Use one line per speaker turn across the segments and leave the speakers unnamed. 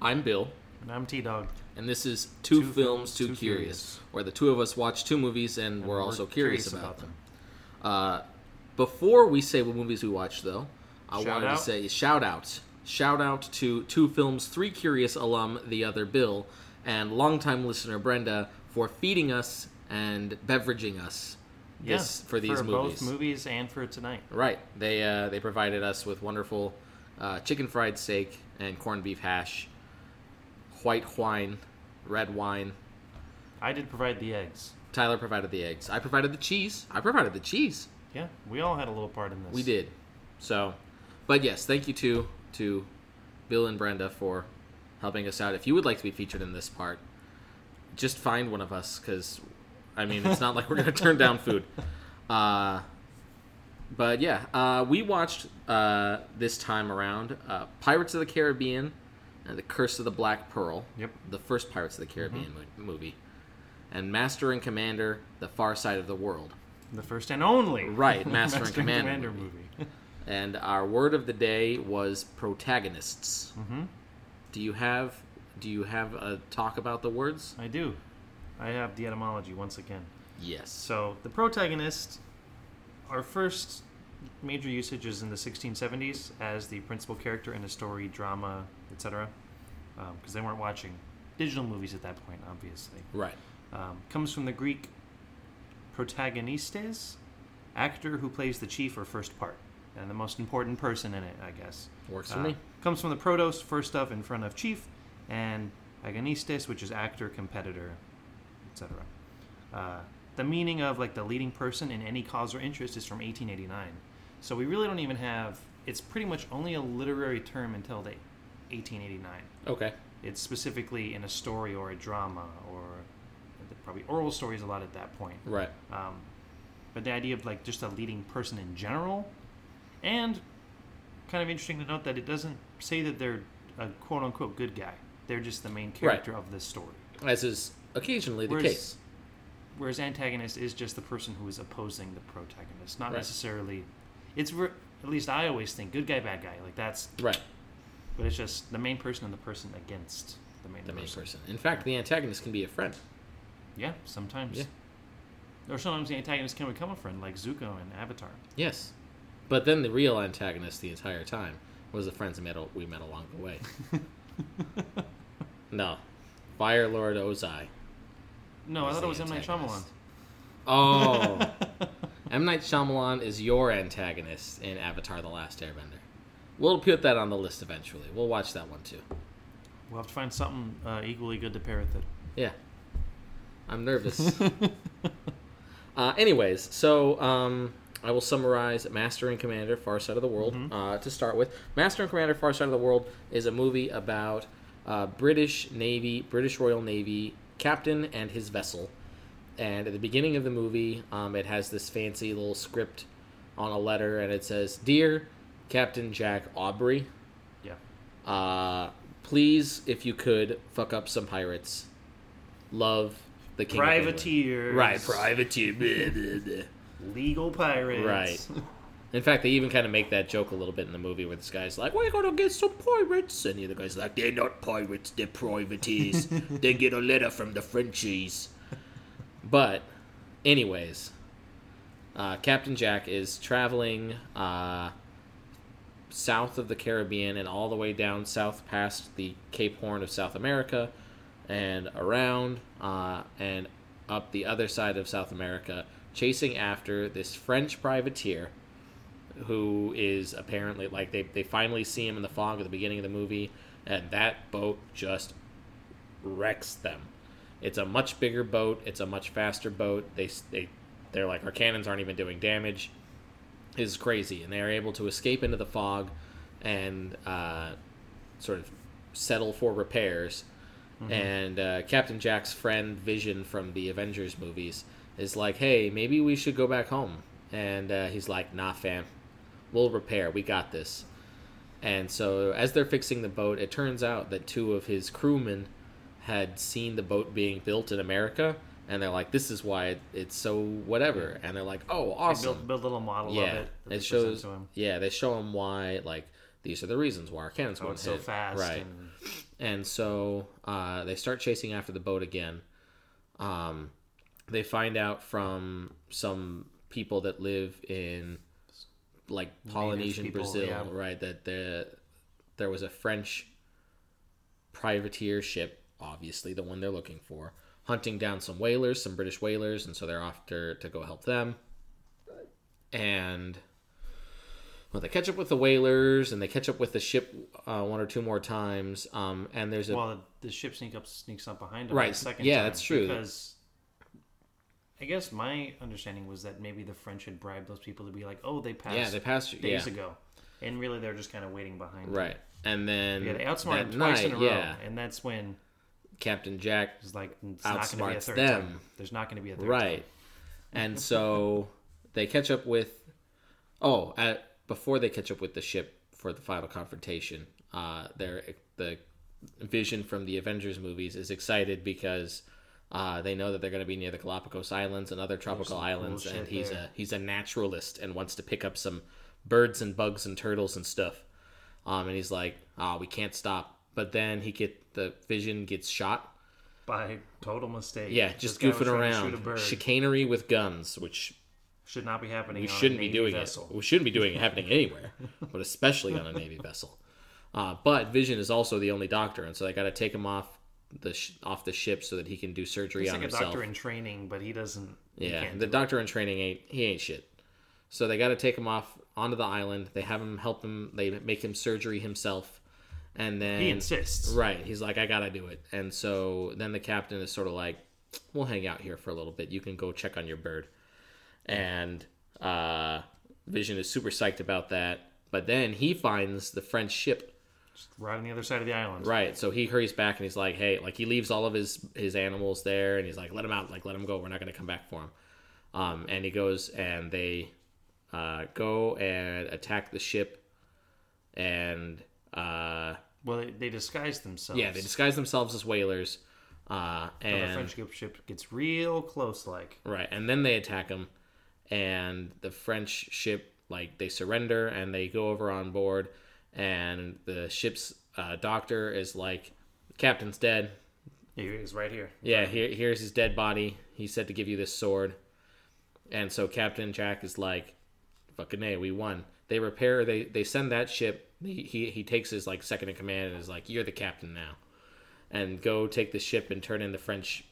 I'm Bill,
And I'm T Dog.
and this is Two,
Two
Films,
Films,
Too
Two
Curious,
Curious.
where the two of us watch two movies and, we're, also curious, about, them. Uh, before we say what movies we watch, though, I
Shout
wanted
out.
to say shout out. Shout out to Two Films, Three Curious alum, the other Bill, and longtime listener Brenda for feeding us and beveraging us this,
Yeah,
for these movies.
both movies and for tonight.
Right. They uh, they provided us with wonderful uh, chicken fried steak and corned beef hash, white wine, red wine.
I did provide the eggs.
Tyler provided the eggs. I provided the cheese. I provided the cheese.
Yeah, we all had a little part in this.
We did. So, but yes, thank you to to Bill and Brenda for helping us out. If you would like to be featured in this part, just find one of us because, I mean, it's not like we're gonna turn down food. Uh, but yeah, uh, we watched uh, this time around uh, Pirates of the Caribbean and The Curse of the Black Pearl.
Yep. Mm-hmm.
The first Pirates of the Caribbean mo- movie, and Master and Commander: The Far Side of the World.
The first and only
Right, Master and Commander
movie.
And our word of the day was protagonists. Mm-hmm. Do you have do you have a talk about the words?
I do. I have the etymology once again.
Yes.
So the protagonist, our first major usage is in the 1670s as the principal character in a story, drama, etc. Because they weren't watching digital movies at that point, obviously.
Right.
um, comes from the Greek protagonistes, actor who plays the chief or first part, and the most important person in it, I guess. Uh,
Works for me.
Comes from the protos, first of, in front of chief, and agonistes, which is actor, competitor, etc. Uh, the meaning of like the leading person in any cause or interest is from 1889. So we really don't even have. It's pretty much only a literary term until the 1889
Okay.
it's specifically in a story or a drama or probably oral stories a lot at that point
Right.
um, but the idea of like just a leading person in general and kind of interesting to note that it doesn't say that they're a quote unquote good guy they're just the main character of this story
As is occasionally the
whereas,
case.
whereas antagonist is just the person who is opposing the protagonist not
Right.
necessarily it's re- at least i always think good guy bad guy like that's
Right.
but it's just the main person and the person against the main
The main
person.
person. In fact, the antagonist can be a friend.
Yeah, sometimes.
Yeah.
Or sometimes the antagonist can become a friend, like Zuko in Avatar.
Yes. But then the real antagonist the entire time was the friends we met, al- we met along the way. no. Fire Lord Ozai.
No, I
He's
thought
the
it was M Night Shyamalan.
antagonist. Oh. M. Night Shyamalan is your antagonist in Avatar The Last Airbender. We'll put that on the list eventually. We'll watch that one too.
We'll have to find something uh, equally good to pair with it.
Yeah. I'm nervous. uh, anyways, so um, I will summarize Master and Commander Far Side of the World uh, to start with. Master and Commander Far Side of the World is a movie about uh, British Navy, British Royal Navy captain and his vessel. And at the beginning of the movie, um, it has this fancy little script on a letter, and it says, Dear Captain Jack Aubrey,
Yeah.
uh, please, if you could, fuck up some pirates. Love the king. of England."
Privateers.
Right, privateer. blah, blah, blah.
Legal pirates.
Right. In fact, they even kind of make that joke a little bit in the movie where this guy's like, we're going to get some pirates. And the other guy's like, they're not pirates, they're privateers. they get a letter from the Frenchies. But, anyways, uh, Captain Jack is traveling uh, south of the Caribbean and all the way down south past the Cape Horn of South America and around uh, and up the other side of South America, chasing after this French privateer who is apparently like they, they finally see him in the fog at the beginning of the movie, and that boat just wrecks them. It's a much bigger boat. It's a much faster boat. They s- they they're like our cannons aren't even doing damage. Is crazy, and they're able to escape into the fog, and uh, sort of settle for repairs. And uh, Captain Jack's friend Vision from the Avengers movies is like, "Hey, maybe we should go back home." And uh, he's like, "Nah, fam, we'll repair. We got this." And so, as they're fixing the boat, it turns out that two of his crewmen had seen the boat being built in America, and they're like, "This is why it, it's so whatever." And they're like, "Oh,
They
awesome!"
build, build a little model
yeah,
of it. that they
it
present
shows.
to him.
Yeah, they show him why like these are the reasons why our cannons
Oh,
going
it's so fast.
Right.
And
And so uh, they start chasing after the boat again. Um, they find out from some people that live in like Polynesian
people,
Brazil,
yeah.
right? That there there was a French privateer ship, obviously the one they're looking for, hunting down some whalers, some British whalers, and so they're off to, to go help them. And well, they catch up with the whalers, and they catch up with the ship uh, one or two more times. Um, and there's a
Well, the ship sneak up sneaks up behind him.
Right,
The second
yeah,
time,
that's true.
Because I guess my understanding was that maybe the French had bribed those people to be like, "Oh, they passed
yeah, they passed you, yeah,
days ago," and really they're just kind of waiting behind. them.
right. And then
Yeah, they outsmarted
that
him twice
night,
in a row,
yeah,
and that's when
Captain Jack
it's like it's not going to be a
Outsmarts
third
them.
time. There's not going to be a third time.
Right. And so they catch up with. Oh, at, before they catch up with the ship for the final confrontation, uh, their the vision from the Avengers movies is excited because uh, they know that they're going to be near the Galapagos Islands and other tropical islands,
shit
and he's
there.
a he's a naturalist and wants to pick up some birds and bugs and turtles and stuff. Um, and he's like, "Ah, we can't stop." But then he get the vision gets shot
By total mistake.
yeah, just
This guy was
goofing
trying to shoot a
around.
bird.
Chicanery with guns, which
Should not be happening.
we
on a
shouldn't be
Navy
doing
vessel.
it. We shouldn't be doing it happening anywhere, but especially on a Navy vessel. Uh, but Vision is also the only doctor, and so they got to take him off the sh- off the ship so that he can do surgery
He's
on
like a
himself.
doctor in training, but he doesn't. he
yeah,
can't
the
do
doctor in training ain't he ain't shit. So they got to take him off onto the island. They have him help him. They make him surgery himself, and then
it. he insists.
Right. He's like, I gotta do it. And so then the captain is sort of like, We'll hang out here for a little bit. You can go check on your bird. And uh, Vision is super psyched about that. But then he finds the French ship.
right on the other side of the island.
Right. So he hurries back and he's like, Hey, like he leaves all of his his animals there and he's like, Let him out, like let him go. We're not gonna come back for him. Um, and he goes and they uh, go and attack the ship and uh
Well, they, they disguise themselves.
Yeah, they disguise themselves as whalers. Uh,
the
and
French ship- ship gets real close, like
right, and then they attack them, and the French ship like they surrender and they go over on board, and the ship's uh, doctor is like, "Captain's dead.
here it is right here.
Yeah, here, here's his dead body. He said to give you this sword." And so Captain Jack is like, "Fucking a, we won." They repair. They they send that ship. He he, he takes his like second in command and is like, "You're the captain now," and go take the ship and turn in the French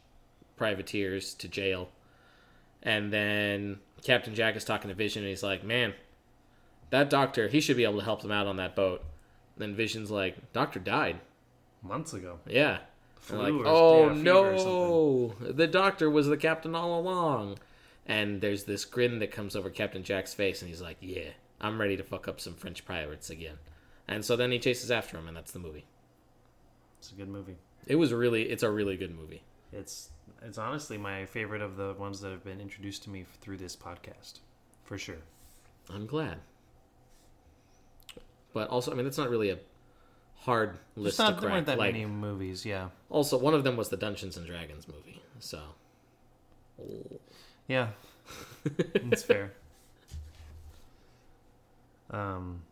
privateers to jail. And then Captain Jack is talking to Vision and he's like, "Man, that doctor, he should be able to help them out on that boat." Then Vision's like, "Doctor died."
Months ago,
Yeah. And
Flu
like,
or-
oh
yeah, fever or
no, the doctor was the captain all along. And there's this grin that comes over Captain Jack's face, and he's like, yeah, I'm ready to fuck up some French pirates again. And so then he chases after him, and that's the movie.
it's a good movie.
It was really, it's a really good movie.
It's it's honestly my favorite of the ones that have been introduced to me through this podcast, for sure.
I'm glad. But also, I mean, that's not really a hard
There's
list
not
to
there weren't
crack.
that
Like,
many movies, yeah,
also, one of them was the Dungeons and Dragons movie, so
yeah. it's fair. Um.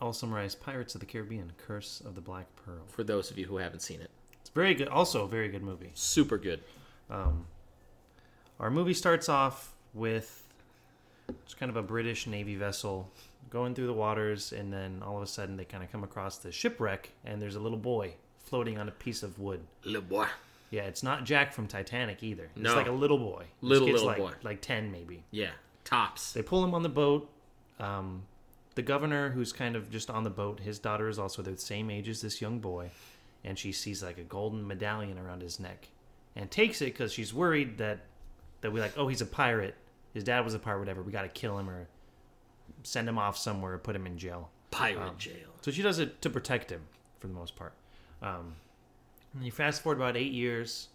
I'll summarize Pirates of the Caribbean: Curse of the Black Pearl.
for those of you who haven't seen it,
It's very good. Also, a very good movie.
super good.
Um, our movie starts off with just kind of a British Navy vessel going through the waters, and then all of a sudden they kind of come across the shipwreck, and there's a little boy floating on a piece of wood.
Le Bois.
Yeah, it's not Jack from Titanic either. It's
No.
like a little boy. This
Little,
kid's
little boy.
like, Like 10 maybe.
Yeah, tops.
They pull him on the boat. Um, the governor, who's kind of just on the boat, his daughter is also the same age as this young boy, and she sees like a golden medallion around his neck, and takes it because she's worried that that we like, oh, he's a pirate. His dad was a pirate, whatever. We got to kill him or send him off somewhere, or put him in jail.
Pirate
Um,
jail.
So she does it to protect him for the most part. Um, and you fast forward about eight years.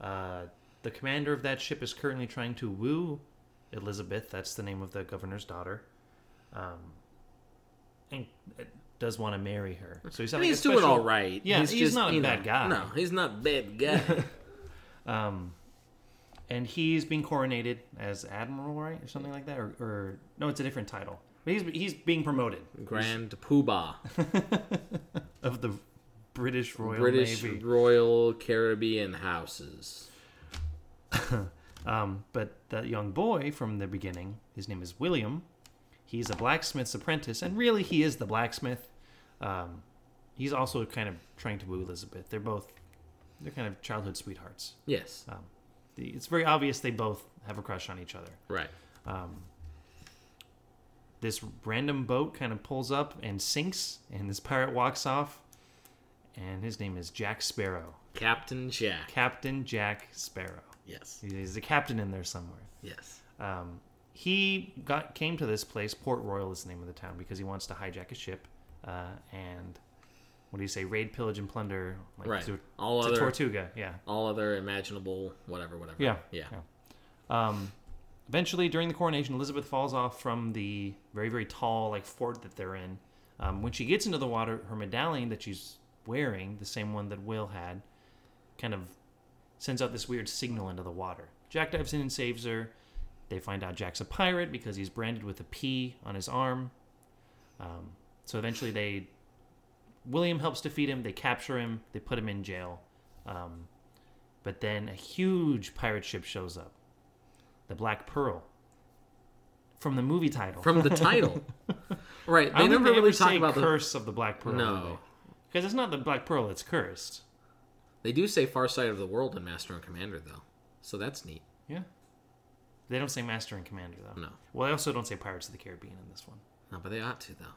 Uh, the commander of that ship is currently trying to woo Elizabeth. That's the name of the governor's daughter. Um, and uh, does want to marry her. So he's
I
having
mean,
a
he's doing
special-
all right.
Yeah, he's
just,
not a
you
bad
know,
guy.
No, he's not bad guy.
Um, and he's being coronated as admiral, right, or something like that, or, or no, it's a different title. But he's he's being promoted
Grand Poobah.
of the British Royal
British
Navy.
Royal Caribbean houses.
Um, but that young boy from the beginning, his name is William. He's a blacksmith's apprentice, and really, he is the blacksmith. Um, he's also kind of trying to woo Elizabeth. They're both, they're kind of childhood sweethearts.
Yes,
Um, the- it's very obvious they both have a crush on each other.
right.
Um, this random boat kind of pulls up and sinks, and this pirate walks off, and his name is Jack Sparrow,
Captain Jack.
Captain Jack Sparrow.
Yes,
He's a captain in there somewhere.
yes.
Um, he got came to this place. Port Royal is the name of the town because he wants to hijack a ship, uh, and what do you say? Raid, pillage, and plunder. Like
Right.
To,
All
to
other-
Tortuga. Yeah.
All other imaginable whatever, whatever.
Yeah.
yeah.
Um, eventually, during the coronation, Elizabeth falls off from the very, very tall like fort that they're in. Um, when she gets into the water, her medallion that she's wearing, the same one that Will had, kind of sends out this weird signal into the water. Jack dives in and saves her. They find out Jack's a pirate because he's branded with a P on his arm. Um, so eventually, they William helps defeat him. They capture him. They put him in jail. Um, but then a huge pirate ship shows up the Black Pearl from the movie title.
From the title, right?
I
They
don't think
never really
ever
talk
say
about the.
curse of the Black Pearl.
No.
because it's not the Black Pearl; it's cursed.
They do say Far Side of the World in Master and Commander though, so that's neat.
Yeah, they don't say Master and Commander though.
No,
Well, they also don't say Pirates of the Caribbean in this one.
no, but they ought to though.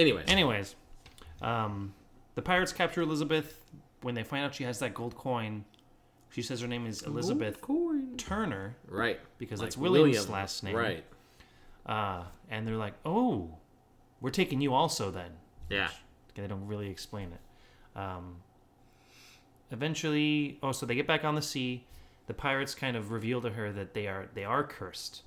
Anyways,
Anyways, um, the pirates capture Elizabeth. When they find out she has that gold coin, she says her name is Elizabeth
Coin.
Turner
Right.
because
Like
that's William's
William,
last name.
Right.
Uh, and they're like, "Oh, we're taking you also then."
Yeah.
They don't really explain it. Um, eventually, oh, so they get back on the sea. The pirates kind of reveal to her that they are they are cursed,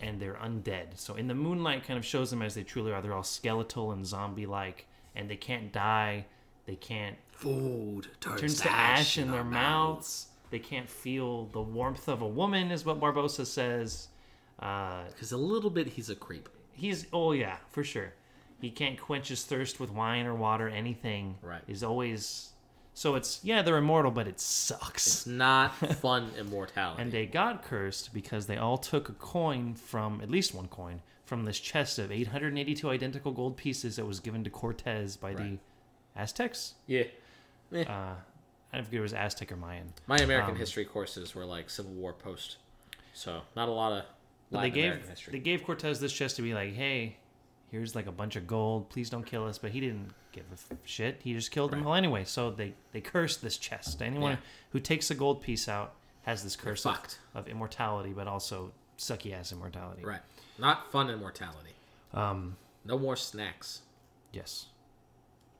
and they're undead. So in the moonlight, kind of shows them as they truly are. They're all skeletal and zombie like, and they can't die. They can't
Food turns,
turns to ash in their mouths. They can't feel the warmth of a woman, is what Barbosa says. Uh,
Because a little bit, he's a creep.
he's oh yeah for sure he can't quench his thirst with wine or water anything
Right.
is always so it's yeah they're immortal but it
It's
sucks
not fun immortality.
and they got cursed because they all took a coin from at least one coin from this chest of 882 identical gold pieces that was given to cortez by
Right.
the aztecs
yeah.
uh, i don't forget if it was aztec or mayan
My American
Um,
history courses were like Civil War post. So, not a lot of
But they
Latin
gave
American history.
they gave Cortez this chest to be like, hey, here's like a bunch of gold. Please don't kill us. But he didn't give a f- shit. He just killed them all anyway. So they they cursed this chest. Anyone
Yeah.
who takes a gold piece out has this curse of,
fucked.
of immortality, but also sucky ass immortality.
Right. Not fun immortality.
Um.
No more snacks.
Yes.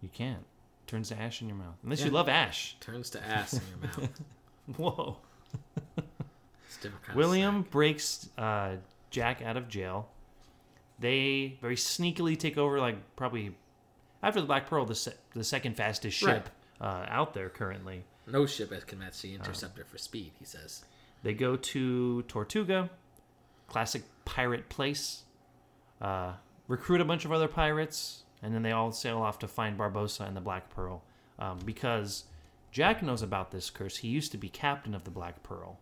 You can't. Turns to ash in your mouth. Unless you
Yeah.
love ash.
Turns to ass in your mouth.
Whoa.
It's a different kind
William
of
breaks uh, Jack out of jail. They very sneakily take over, like probably after the Black Pearl, the se- the second fastest ship uh, out there currently.
snack. No ship has match
Oh.
the interceptor for speed, he says.
They go to Tortuga, classic pirate place. Uh, recruit a bunch of other pirates, and then they all sail off to find Barbosa and the Black Pearl um, because Jack knows about this curse. He used to be captain of the Black Pearl.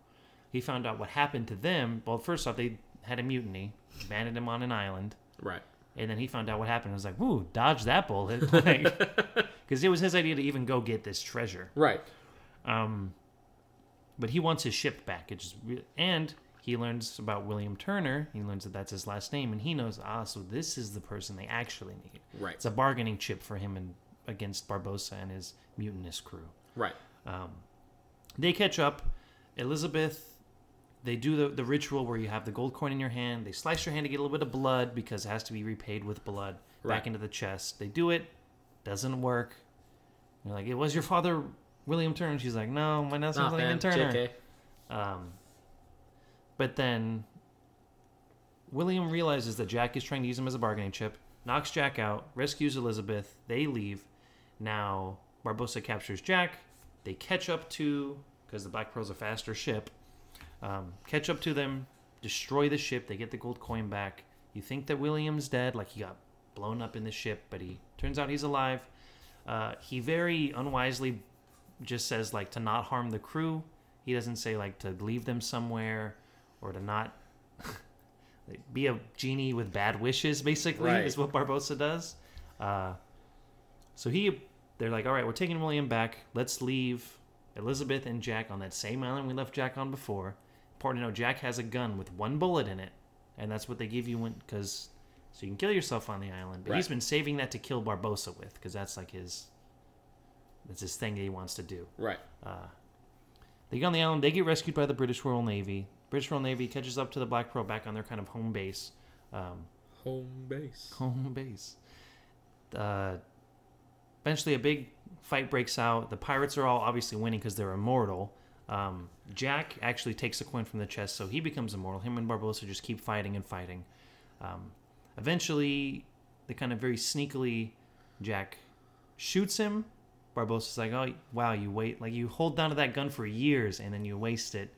He found out what happened to them. Well, first off, they had a mutiny, abandoned him on an island,
Right.
and then he found out what happened. and was like, "Woo, dodge that bullet!" Because it was his idea to even go get this treasure.
Right.
Um, but he wants his ship back. It's just re- and he learns about William Turner. He learns that that's his last name, and he knows ah, so this is the person they actually need.
Right.
It's a bargaining chip for him and against Barbosa and his mutinous crew.
Right.
Um, they catch up. Elizabeth. They do the, the ritual where you have the gold coin in your hand. They slice your hand to get a little bit of blood because it has to be repaid with blood
Right.
back into the chest. They do it. Doesn't work. You're like, it was your father, William Turner. She's like, no, my name's
Nah,
not William
man,
Turner.
JK.
Um, but then William realizes that Jack is trying to use him as a bargaining chip, knocks Jack out, rescues Elizabeth. They leave. Now Barbosa captures Jack. They catch up to because the Black Pearl's a faster ship. Um, catch up to them, destroy the ship. They get the gold coin back. You think that William's dead, like he got blown up in the ship, but he turns out he's alive. Uh, he very unwisely just says like to not harm the crew. He doesn't say like to leave them somewhere or to not like, be a genie with bad wishes. Basically,
Right.
is what Barbosa does. Uh, so he, they're like, all right, we're taking William back. Let's leave Elizabeth and Jack on that same island we left Jack on before. Important to know, Jack has a gun with one bullet in it, and that's what they give you when because so you can kill yourself on the island. But he's
Right.
been saving that to kill Barbosa with because that's like his, that's his thing that he wants to do. Uh,
Right.
They get on the island. They get rescued by the British Royal Navy. British Royal Navy catches up to the Black Pearl back on their kind of home base. Um,
Home base.
home base. Uh, eventually, a big fight breaks out. The pirates are all obviously winning because they're immortal. Um, Jack actually takes a coin from the chest, so he becomes immortal. Him and Barbosa just keep fighting and fighting. Um, eventually, they kind of very sneakily, Jack shoots him. Barbosa's like, "Oh wow, you wait like you hold down to that gun for years and then you waste it."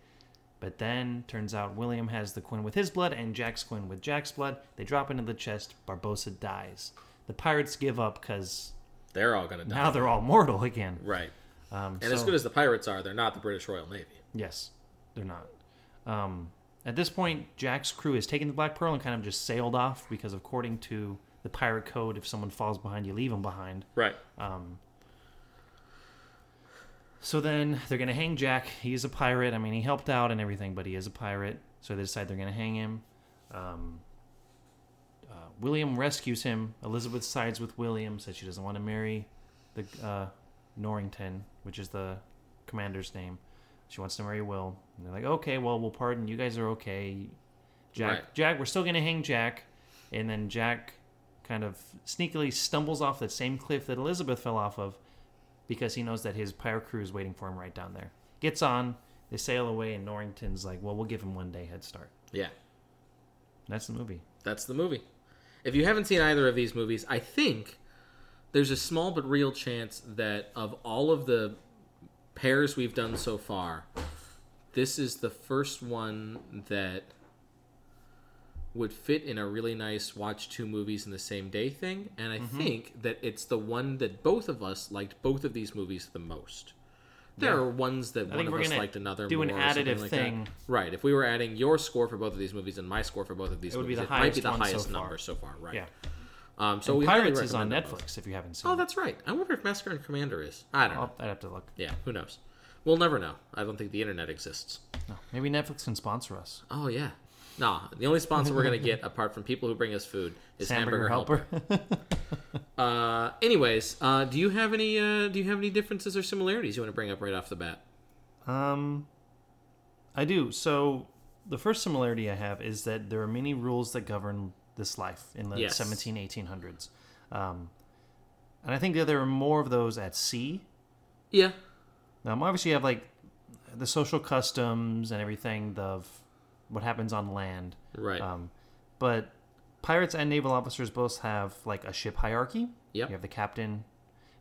But then turns out William has the coin with his blood and Jack's coin with Jack's blood. They drop into the chest. Barbosa dies. The pirates give up because
They're all gonna die.
now they're all mortal again.
Right.
Um,
And as
so-
good as the pirates are, they're not the British Royal Navy.
yes, they're not. Um, at this point, Jack's crew has taken the Black Pearl and kind of just sailed off because, according to the pirate code, if someone falls behind, you leave them behind.
Right.
So then they're gonna hang Jack. He is a pirate. I mean, he helped out and everything, but he is a pirate. So they decide they're gonna hang him. Um, uh, William rescues him. Elizabeth sides with William, says she doesn't want to marry the uh, Norrington, which is the commander's name. She wants to marry Will. And they're like, okay, well, we'll pardon. You guys are okay. Jack,
Right.
Jack, we're still gonna hang Jack. And then Jack kind of sneakily stumbles off that same cliff that Elizabeth fell off of because he knows that his pirate crew is waiting for him right down there. Gets on, they sail away, and Norrington's like, "Well, we'll give him one day head start."
Yeah.
And that's the movie.
That's the movie. If you haven't seen either of these movies, I think there's a small but real chance that of all of the pairs we've done so far, this is the first one that would fit in a really nice watch two movies in the same day thing. And I
Mm-hmm.
think that it's the one that both of us liked both of these movies the most. There are ones that one
think
of
we're
us
gonna
liked another
do
more
an
or something
additive
like that.
thing.
Right. If we were adding your score for both of these movies and my score for both of these
would be
movies,
the
it might be
highest
the
one so
highest
far.
number so far, right?
Yeah,
Um, so
so
we highly
Pirates is on
recommend
Netflix
them both.
if you haven't seen.
Oh,
it.
that's right. I wonder if Massacre and Commander is. I don't know.
I'll, I'd have to look.
Yeah, who knows? We'll never know. I don't think the internet exists.
No, maybe Netflix can sponsor us.
Oh yeah. Nah, the only sponsor we're gonna get apart from people who bring us food is Hamburger, Helper. Uh, anyways, uh, do you have any uh, do you have any differences or similarities you want to bring up right off the bat?
um, I do. So the first similarity I have is that there are many rules that govern this life in the
Yes.
17, 1800s. Um, and I think that there are more of those at sea
Yeah.
Um, obviously, you have like the social customs and everything of what happens on land.
Right.
Um, but pirates and naval officers both have like a ship hierarchy.
Yep.
You have the captain.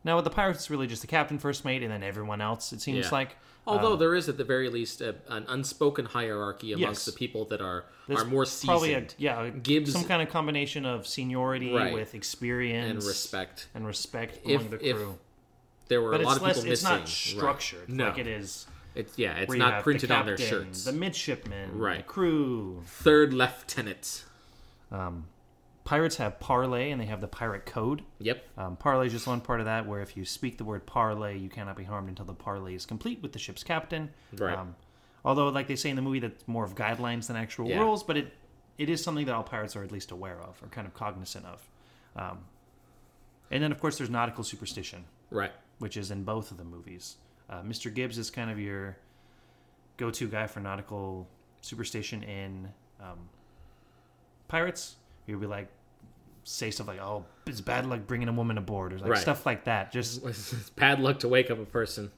Now, with the pirates, it's really just the captain, first mate, and then everyone else, it seems
Yeah.
like. Um,
Although there is at the very least a, an unspoken hierarchy amongst
Yes.
the people that are
There's
are more
Probably a,
seasoned
yeah, a-
Gibbs-
some kind of combination of seniority
Right.
with experience
and respect.
and respect
If-
among the
if-
crew.
There were
But
a lot
it's
of
less,
people
it's
missing.
not
Right.
structured
No,
like it is.
It's yeah, it's
where you have
not
the
printed on their
captain,
shirts.
The midshipmen, the
Right.
crew,
Third lieutenant.
Um, pirates have parlay and they have the pirate code.
Yep.
Um, parlay is just one part of that, where if you speak the word parlay, you cannot be harmed until the parlay is complete with the ship's captain.
Right.
Um, although, like they say in the movie, that's more of guidelines than actual
Yeah.
rules, but it it is something that all pirates are at least aware of or kind of cognizant of. Um, and then, of course, there's nautical superstition
Right.
which is in both of the movies. Uh, Mr. Gibbs is kind of your go-to guy for nautical superstition in um, Pirates. You'll be like, say stuff like, "Oh, it's bad luck bringing a woman aboard," or like
Right.
stuff like that. Just
It's bad luck to wake up a person.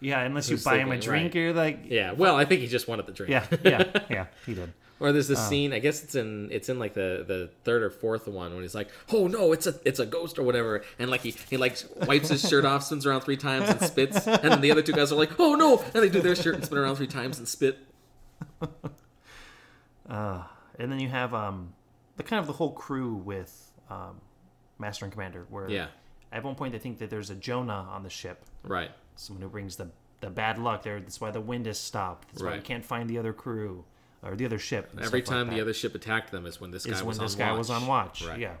yeah, unless you
Who's
buy him a
thinking,
drink,
right.
you're like,
Yeah. Well, I think he just wanted the drink.
yeah, Oh. yeah, yeah. He did.
Or there's this scene. I guess it's in it's in like the the third or fourth one when he's like, "Oh no, it's a it's a ghost or whatever," and like he he like wipes his shirt off, spins around three times and spits, and then the other two guys are like, "Oh no," and they do their shirt and spin around three times and spit.
And then you have um, the kind of the whole crew with um, Master and Commander, where
Yeah.
At one point, they think that there's a Jonah on the ship,
Right.
someone who brings the the bad luck. There, that's why the wind is stopped. That's why we
Right.
can't find the other crew or the other ship. and
Every
stuff like
time the
that,
other ship attacked them is when this guy
is
was
when
on
this
watch.
guy was on watch.
Right.
Yeah,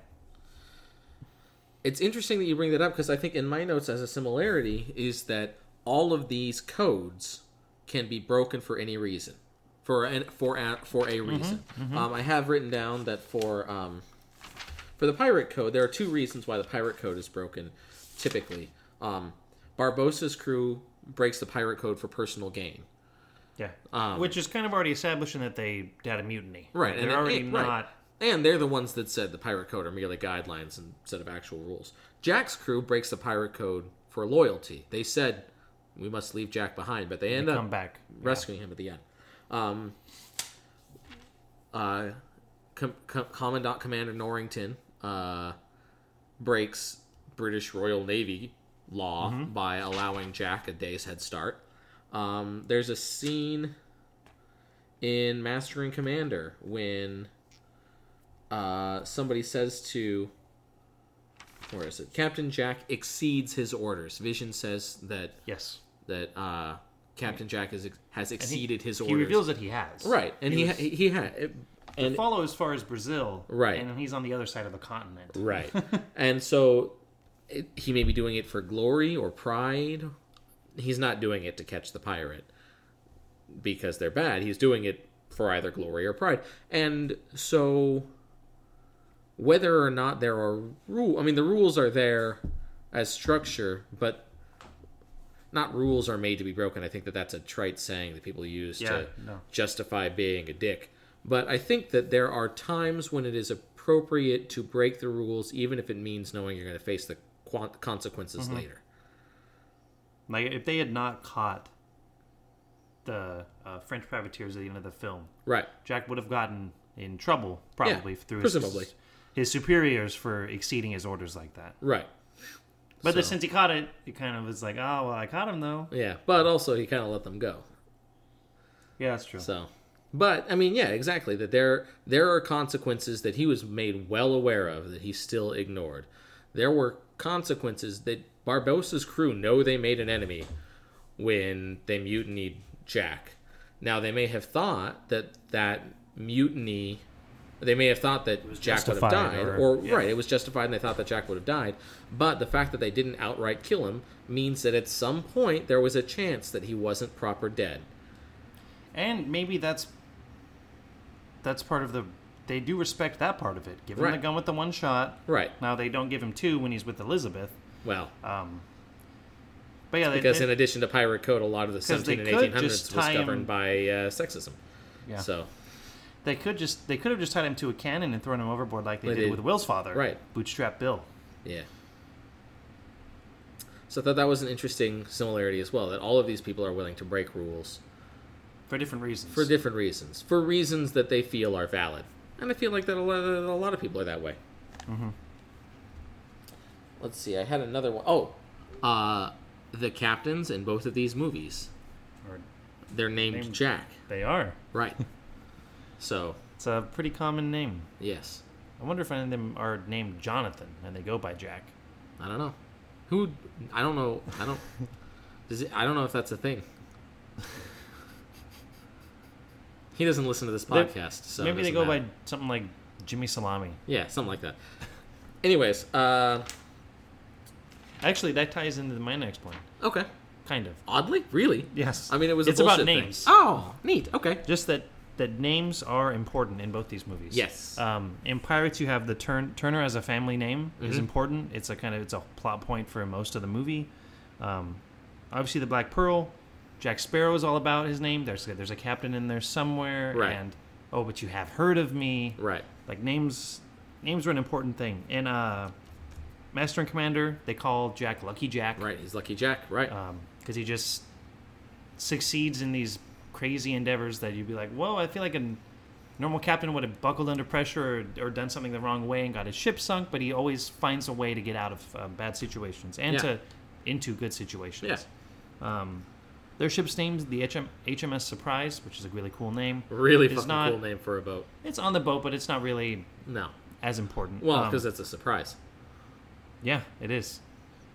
It's interesting that you bring that up because I think in my notes as a similarity is that all of these codes can be broken for any reason, for an for a, for a reason. Um, I have written down that for um, for the pirate code, there are two reasons why the pirate code is broken. Typically, um, Barbosa's crew breaks the pirate code for personal gain.
yeah. Which is kind of already establishing that they had a mutiny.
Um, Right,
They're
it-
already
it- right.
not.
And they're the ones that said the pirate code are merely guidelines instead of actual rules. Jack's crew breaks the pirate code for loyalty. They said we must leave Jack behind, but they end
Come
up
back.
rescuing him at the end. Um, uh, Com- Com- Commandant Commander Norrington uh, breaks British Royal Navy law by allowing Jack a day's head start. Um, there's a scene in Master and Commander when uh, somebody says to where is it? Captain Jack exceeds his orders. Vision says that
Yes.
that uh, Captain Jack has, ex- has
He-
exceeded his
He
orders.
reveals that he has.
right, and he
was-
he, he had and
follow as far as Brazil.
Right.
And then he's on the other side of the continent.
right, and so it, he may be doing it for glory or pride. He's not doing it to catch the pirate because they're bad. He's doing it for either glory or pride, and so whether or not there are rule, I mean the rules are there as structure, but. Not rules are made to be broken. I think that that's a trite saying that people use
Yeah.
to
No.
justify being a dick. But I think that there are times when it is appropriate to break the rules, even if it means knowing you're going to face the quan- consequences
Mm-hmm.
later.
Like if they had not caught the uh, French privateers at the end of the film,
Right.
Jack would have gotten in trouble probably
Yeah,
through
presumably.
His, his superiors for exceeding his orders like that.
Right.
But then
So-
since he caught it, it kind of was like, oh well, I caught him though.
Yeah. But also, he kind of let them go.
Yeah, that's true.
So, but I mean, yeah, exactly. That there there are consequences that he was made well aware of that he still ignored. There were consequences that Barbosa's crew know they made an enemy when they mutinied Jack. Now they may have thought that that mutiny, they may have thought that Jack would have
justified
died,
or-
or,
yeah.
right, it was justified, and they thought that Jack would have died. But the fact that they didn't outright kill him means that at some point there was a chance that he wasn't proper dead.
And maybe that's that's part of the. They do respect that part of it. Give him the
Right.
gun with the one shot.
Right.
Now they don't give him two when he's with Elizabeth.
Well,
Um, but yeah, they,
because
they,
in addition to pirate code, a lot of the
'Cause they
17 and
could
1800s was
just tie 'em-
governed by uh, sexism.
Yeah.
So
They could just they could have just tied him to a cannon and thrown him overboard like they
They
did,
did.
with Will's father.
Right.
Bootstrap Bill.
yeah. So I thought that was an interesting similarity as well. That all of these people are willing to break rules
For different reasons.
for different reasons, for reasons that they feel are valid, and I feel like that a lot of, a lot of people are that way. Mm-hmm. Let's see. I had another one. Oh, uh, the captains in both of these movies,
Or
they're named
Named-
Jack.
they are.
Right. so
It's a pretty common name.
yes.
I wonder if any of them are named Jonathan and they go by Jack.
I don't know. Who? I don't know. I don't. Does it, I don't know if that's a thing. He doesn't listen to this
They-
podcast, so it
Maybe they
doesn't
go
matter.
by something like Jimmy Salami.
yeah, something like that. Anyways, uh,
Actually, that ties into my next point,
okay.
kind of.
Oddly, really.
Yes.
I mean, it was.
It's
a
about
bullshit thing.
names.
Oh, neat. Okay.
Just that that names are important in both these movies.
Yes.
Um, in Pirates, you have the turn, Turner as a family name
Mm-hmm.
is important. It's a kind of it's a plot point for most of the movie. Um, obviously, the Black Pearl, Jack Sparrow is all about his name. There's there's a captain in there somewhere,
Right.
and oh, but you have heard of me.
Right.
Like names, names are an important thing. In uh, Master and Commander, they call Jack Lucky Jack
Right. He's Lucky Jack. Right.
Uh, because he just succeeds in these crazy endeavors that you'd be like, whoa, I feel like a normal captain would have buckled under pressure or, or done something the wrong way and got his ship sunk, but he always finds a way to get out of uh, bad situations and
Yeah.
to into good situations. Um, their ship's name's the HM, HMS Surprise, which is a really cool name.
really
It's
fucking
not-
cool name for a boat.
It's on the boat, but it's not really
No.
as important.
Well,
Um,
because it's a surprise.
yeah, it is.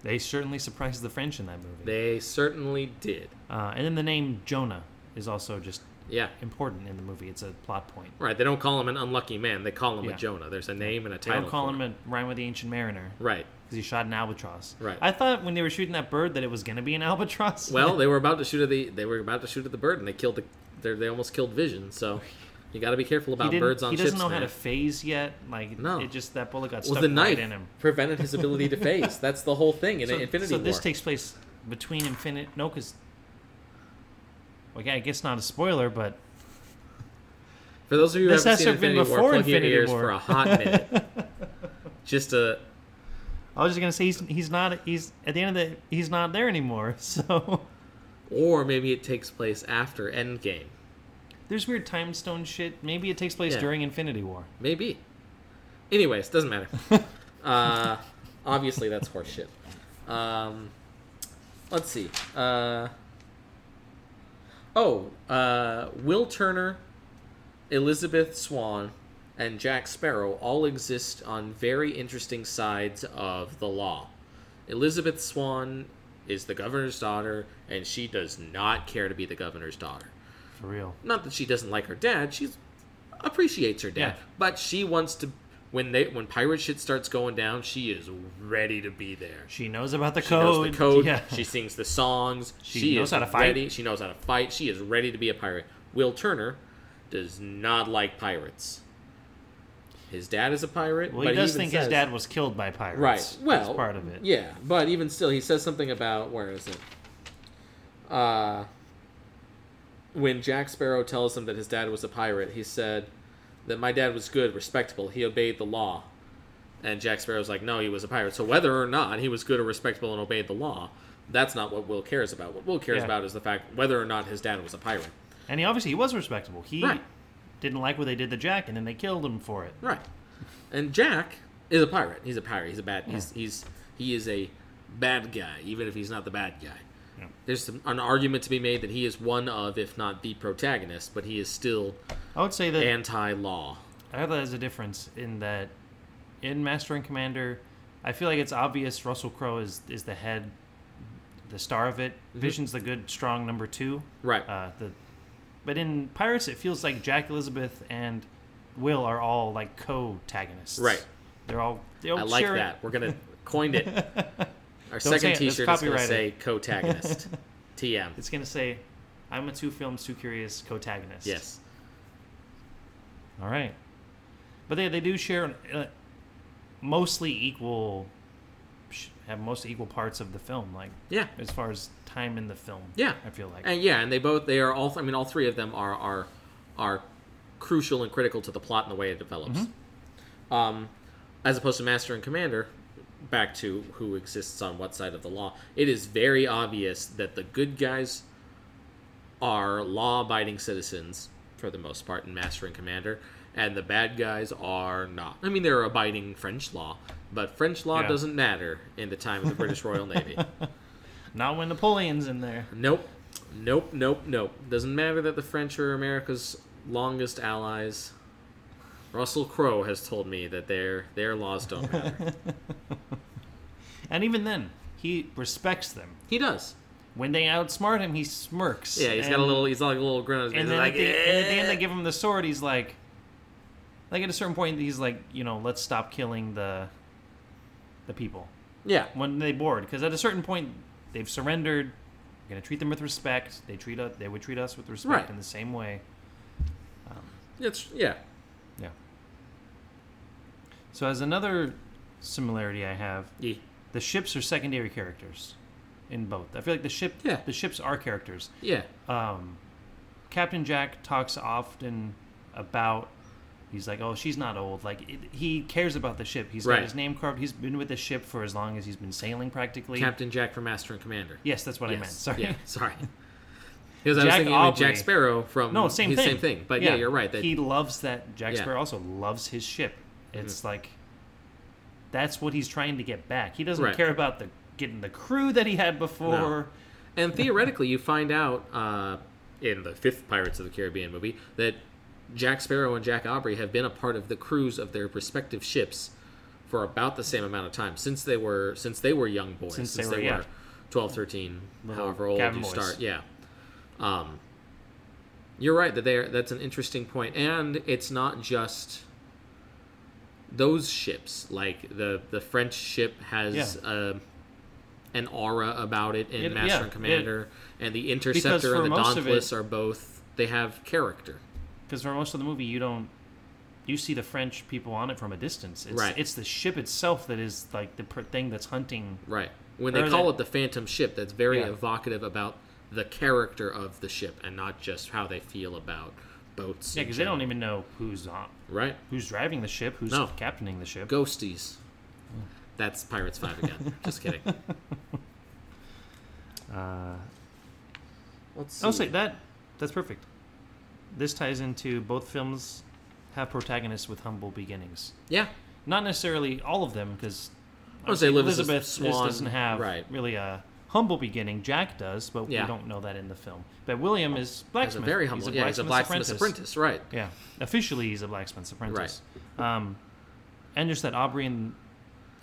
They certainly surprised the French in that movie.
They certainly did.
Uh, and then the name Jonah is also just
Yeah.
important in the movie. It's a plot point.
Right. They don't call him an unlucky man. They call him
Yeah.
a Jonah. There's a name and a
They
title.
don't call
for
him a rhyme with the ancient mariner
Right.
because he shot an albatross.
Right.
I thought when they were shooting that bird that it was gonna be an albatross.
Well, they were about to shoot at the they were about to shoot at the bird, and they killed the they they almost killed Vision. So you got to be careful
he
about
didn't-
birds on
He
ships.
doesn't know
man.
how to phase yet. Like
No.
it just that bullet got
well,
stuck
the
right
knife
in him.
prevented his ability to phase. That's the whole thing in Infinity
so
War.
this takes place between Infinite. No, because well, yeah, I guess not a spoiler, but
for those of you who
this
haven't
has
seen
to have been
Infinity War,
before
plug
Infinity
your ears
War.
for a hot minute. Just a
I was just gonna say he's he's not he's at the end of the he's not there anymore. So
or maybe it takes place after Endgame.
there's weird time stone shit. Maybe it takes place
Yeah.
during Infinity War.
Maybe. Anyways, doesn't matter. uh, obviously, that's horseshit. Um, let's see. Uh, oh, uh, Will Turner, Elizabeth Swan, and Jack Sparrow all exist on very interesting sides of the law. Elizabeth Swan is the governor's daughter, and she does not care to be the governor's daughter
For real.
not that she doesn't like her dad she appreciates her dad
Yeah.
but she wants to when they when pirate shit starts going down she is ready to be there she
She knows about the
knows
code.
the code
Oh, Yeah.
she sings the songs
She
she,
knows
is
how to fight.
ready she knows how to fight she is ready to be a pirate will turner does not like pirates his dad is a pirate
well,
but
he does
even
think his
says-
dad was killed by pirates.
Right. Well,
that's part of it.
Yeah, but even still, he says something about where is it? Uh, when Jack Sparrow tells him that his dad was a pirate, he said that my dad was good, respectable. He obeyed the law, and Jack Sparrow's like, no, he was a pirate. So whether or not he was good or respectable and obeyed the law, that's not what Will cares about. What Will cares
Yeah.
about is the fact whether or not his dad was a pirate.
And he obviously he was respectable. He
Right.
didn't like what they did to Jack, and then they killed him for it.
Right. And Jack is a pirate. He's a pirate. He's a bad. He's he's he is a bad guy, even if he's not the bad guy.
Yeah.
There's some, an argument to be made that he is one of, if not the protagonist, but he is still
I would say that
anti-law.
I thought there's a difference in that in Master and Commander, I feel like it's obvious Russell Crowe is is the head, the star of it.
Mm-hmm.
Vision's the good, strong number two.
Right.
Uh, the, but in Pirates, it feels like Jack Elizabeth and Will are all like co-tagonists.
Right.
They're all. They all
I like
share-
that. We're gonna coined it. Our
say
second
it. That's
T-shirt is gonna
copyrighted.
say co-tagonist. TM.
It's gonna say, "I'm a two films, two curious co-tagonist."
Yes.
All right. But they they do share uh, mostly equal sh- have mostly equal parts of the film like
Yeah.
as far as time in the film.
Yeah.
I feel like.
And yeah, and they both they are all. I mean, all three of them are are are crucial and critical to the plot and the way it develops.
Mm-hmm.
Um, as opposed to Master and Commander, back to who exists on what side of the law. It is very obvious that the good guys are law-abiding citizens for the most part in Master and Commander, and the bad guys are not. I mean, they're abiding French law, but French law
Yeah.
doesn't matter in the time of the British Royal Navy.
Not when Napoleon's in there.
Nope. Nope, nope, nope. Doesn't matter that the French are America's longest allies. Russell Crowe has told me that their their laws don't matter.
And even then, he respects them.
he does.
When they outsmart him, he smirks.
Yeah, he's
he's
got a little he's like a little grin on his face.
And
He's
then
like,
at, the, and at the end,
"Eh."
they give him the sword. He's like, like at a certain point, he's like, you know, let's stop killing the, the people
Yeah.
when they board. Because at a certain point, they've surrendered. We're gonna treat them with respect. They treat us. They would treat us with respect
Right.
in the same way.
It's yeah.
Yeah. So as another similarity I have,
Yeah.
the ships are secondary characters in both. I feel like the ship
Yeah.
the ships are characters.
Yeah.
Um, Captain Jack talks often about he's like, "Oh, she's not old." Like it, he cares about the ship. He's
Right.
got his name carved. He's been with the ship for as long as he's been sailing practically.
Captain Jack from Master and Commander.
yes, that's what I
Yes.
meant. Sorry.
Yeah, sorry. Because I was
Jack
thinking like,
Aubrey.
Jack Sparrow from
No, same
he's
thing.
Same thing. But yeah, you're right. That
he loves that. Jack
Yeah. Mm-hmm.
Sparrow also loves his ship. It's like that's what he's trying to get back. He doesn't
Right.
care about the getting the crew that he had before.
And theoretically, you find out uh, in the fifth Pirates of the Caribbean movie that Jack Sparrow and Jack Aubrey have been a part of the crews of their respective ships for about the same amount of time since they were since they were young boys
Since they were- yeah.
12 13
Little
however old
cabin
you
boys.
start yeah um you're right that they are, that's an interesting point and it's not just those ships like the the french ship has uh, an aura about it in
It-
master
yeah,
and
it-
commander and the interceptor
for
and the
most of it-
dauntless are both they have character
Because for most of the movie, you don't you see the French people on it from a distance. It's,
Right.
It's the ship itself that is like the per- thing that's hunting.
Right. When they
Or
call
they-
it the Phantom Ship, that's very
Yeah.
evocative about the character of the ship and not just how they feel about boats.
Yeah,
in
because they don't e-
general.
even know who's on,
Right.
who's driving the ship, who's
No.
captaining the ship.
Ghosties. That's Pirates 5 again. just kidding.
Uh,
Let's see.
I would say that that's perfect. This ties into both films have protagonists with humble beginnings.
yeah.
Not necessarily all of them, because
I would say Elizabeth
Elizabeth just
Swann,
doesn't have
right.
really a humble beginning. Jack does, but
Yeah.
we don't know that in the film. But William is
That's a
blacksmith.
very humble. yeah, he's a blacksmith's apprentice. Right.
Yeah, officially he's a blacksmith's apprentice. Um, and just that Aubrey and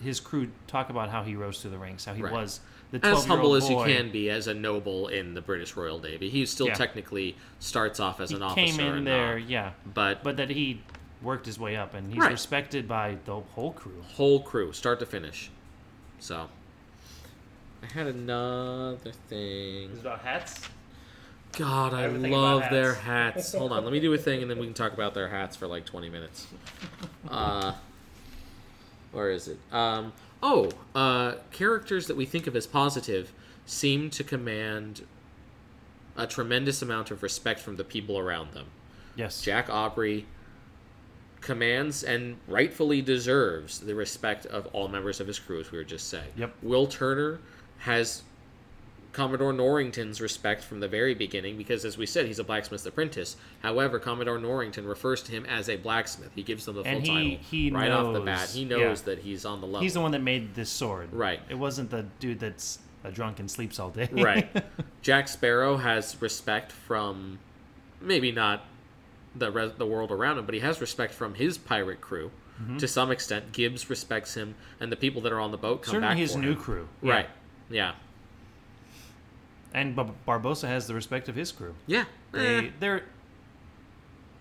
his crew talk about how he rose through the ranks, how he
Right.
was the
As humble
boy.
as you can be as a noble in the British Royal Navy. He still
Yeah.
technically starts off as
He
an officer.
came in
and
there,
not-
yeah,
but,
but that he worked his way up, and he's
Right.
respected by the whole crew.
whole crew, start to finish. So, I had another thing.
about hats.
God, I
have a thing about
love their hats. Hold on, let me do a thing, and then we can talk about their hats for like twenty minutes. Uh, where is it? Um, oh, uh, characters that we think of as positive seem to command a tremendous amount of respect from the people around them.
Yes,
Jack Aubrey commands and rightfully deserves the respect of all members of his crew, as we were just saying.
Yep.
Will Turner has Commodore Norrington's respect from the very beginning because, as we said, he's a blacksmith's apprentice. However, Commodore Norrington refers to him as a blacksmith. He gives them the full
And
title
he- he
right off the
knows-
bat. He knows
yeah.
that he's on the level.
he's the one that made this sword.
Right.
It wasn't the dude that's a drunk and sleeps all day.
right. Jack Sparrow has respect from maybe not the re- the world around him, but he has respect from his pirate crew
Mm-hmm.
to some extent. Gibbs respects him, and the people that are on the boat come back
Certainly his
for
new
him.
crew.
Right.
Yeah.
Yeah.
And Bar- Barbosa has the respect of his crew.
Yeah. Eh,
They, they're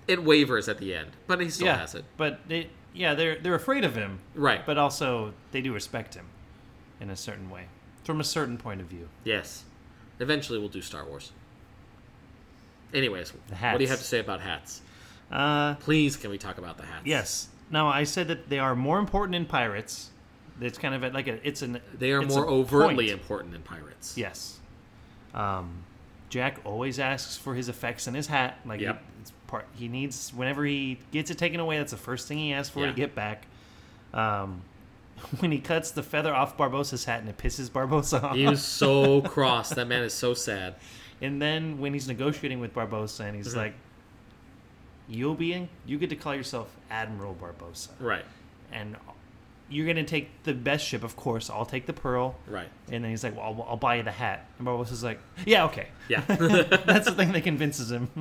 it wavers at the end, but he still
yeah,
has it.
but they, yeah, they're they're afraid of him,
Right.
but also they do respect him in a certain way, from a certain point of view.
yes. Eventually, we'll do Star Wars. Anyways, what do you
hats.
have to say about hats?
Uh,
Please, can we talk about the hats?
yes. Now I said that they are more important in pirates. It's kind of a, like a, it's an
They are
it's
more
a
overtly
point.
important than pirates.
Yes. Um, Jack always asks for his effects in his hat. Like
Yep.
he, it's part he needs whenever he gets it taken away. That's the first thing he asks for
Yeah.
to get back. Um, when he cuts the feather off Barbosa's hat and it pisses Barbosa off.
He was so cross. That man is so sad.
And then when he's negotiating with Barbosa and he's like, "You'll be in. You get to call yourself Admiral Barbosa,
Right.
and you're gonna take the best ship, of course. I'll take the Pearl."
Right.
And then he's like, "Well, I'll, I'll buy you the hat." And Barbosa's like, "Yeah, okay."
Yeah.
That's the thing that convinces him.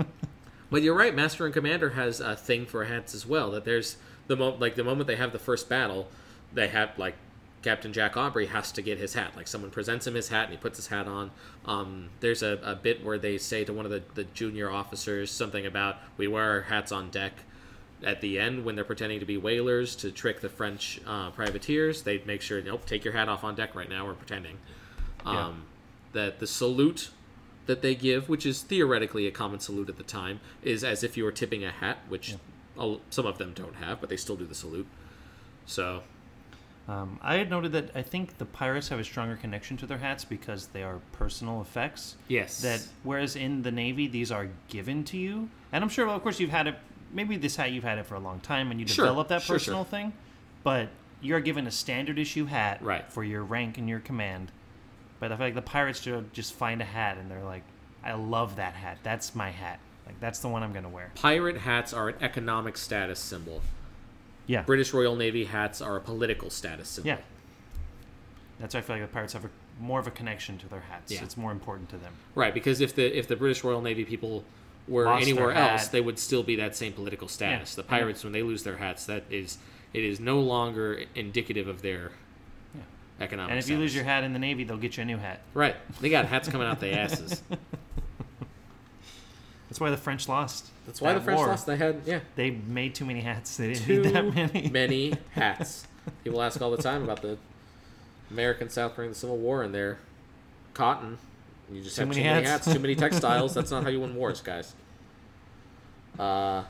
but you're right. Master and Commander has a thing for hats as well. That there's the moment, like the moment they have the first battle, they have like Captain Jack Aubrey has to get his hat. Like someone presents him his hat and he puts his hat on. Um, there's a, a bit where they say to one of the, the junior officers something about we wear our hats on deck. At the end, when they're pretending to be whalers to trick the French uh, privateers, they make sure, nope, take your hat off on deck right now. We're pretending.
Yeah.
um, that the salute that they give, which is theoretically a common salute at the time, is as if you were tipping a hat, which al- some of them don't have, but they still do the salute. So,
Um, I had noted that I think the pirates have a stronger connection to their hats because they are personal effects.
yes,
That whereas in the navy these are given to you, and I'm sure, well, of course, you've had it. Maybe this hat you've had it for a long time, and you
Sure,
develop that
sure,
personal
sure.
thing. But you're given a standard issue hat
Right.
for your rank and your command. But I feel like the pirates ju- just find a hat and they're like, "I love that hat. That's my hat. Like that's the one I'm gonna wear."
pirate hats are an economic status symbol.
Yeah.
British Royal Navy hats are a political status symbol.
Yeah. That's why I feel like the pirates have a, more of a connection to their hats.
Yeah.
It's more important to them.
Right, because if the if the British Royal Navy people were
Lost their
anywhere else,
hat.
they would still be that same political status.
Yeah.
The pirates, when they lose their hats, that is It is no longer indicative of their
Yeah.
economic.
And if you lose
status.
your hat in the Navy, they'll get you a new hat.
right, they got hats coming out their asses.
That's why the French lost.
That's why
that
the French
war.
lost. They had yeah
They made too many hats. They didn't
too
need that many.
many hats. People ask all the time about the American South during the Civil War and their cotton. You just
Too
have
many
too many
hats.
hats, too many textiles. That's not how you win wars, guys. Uh,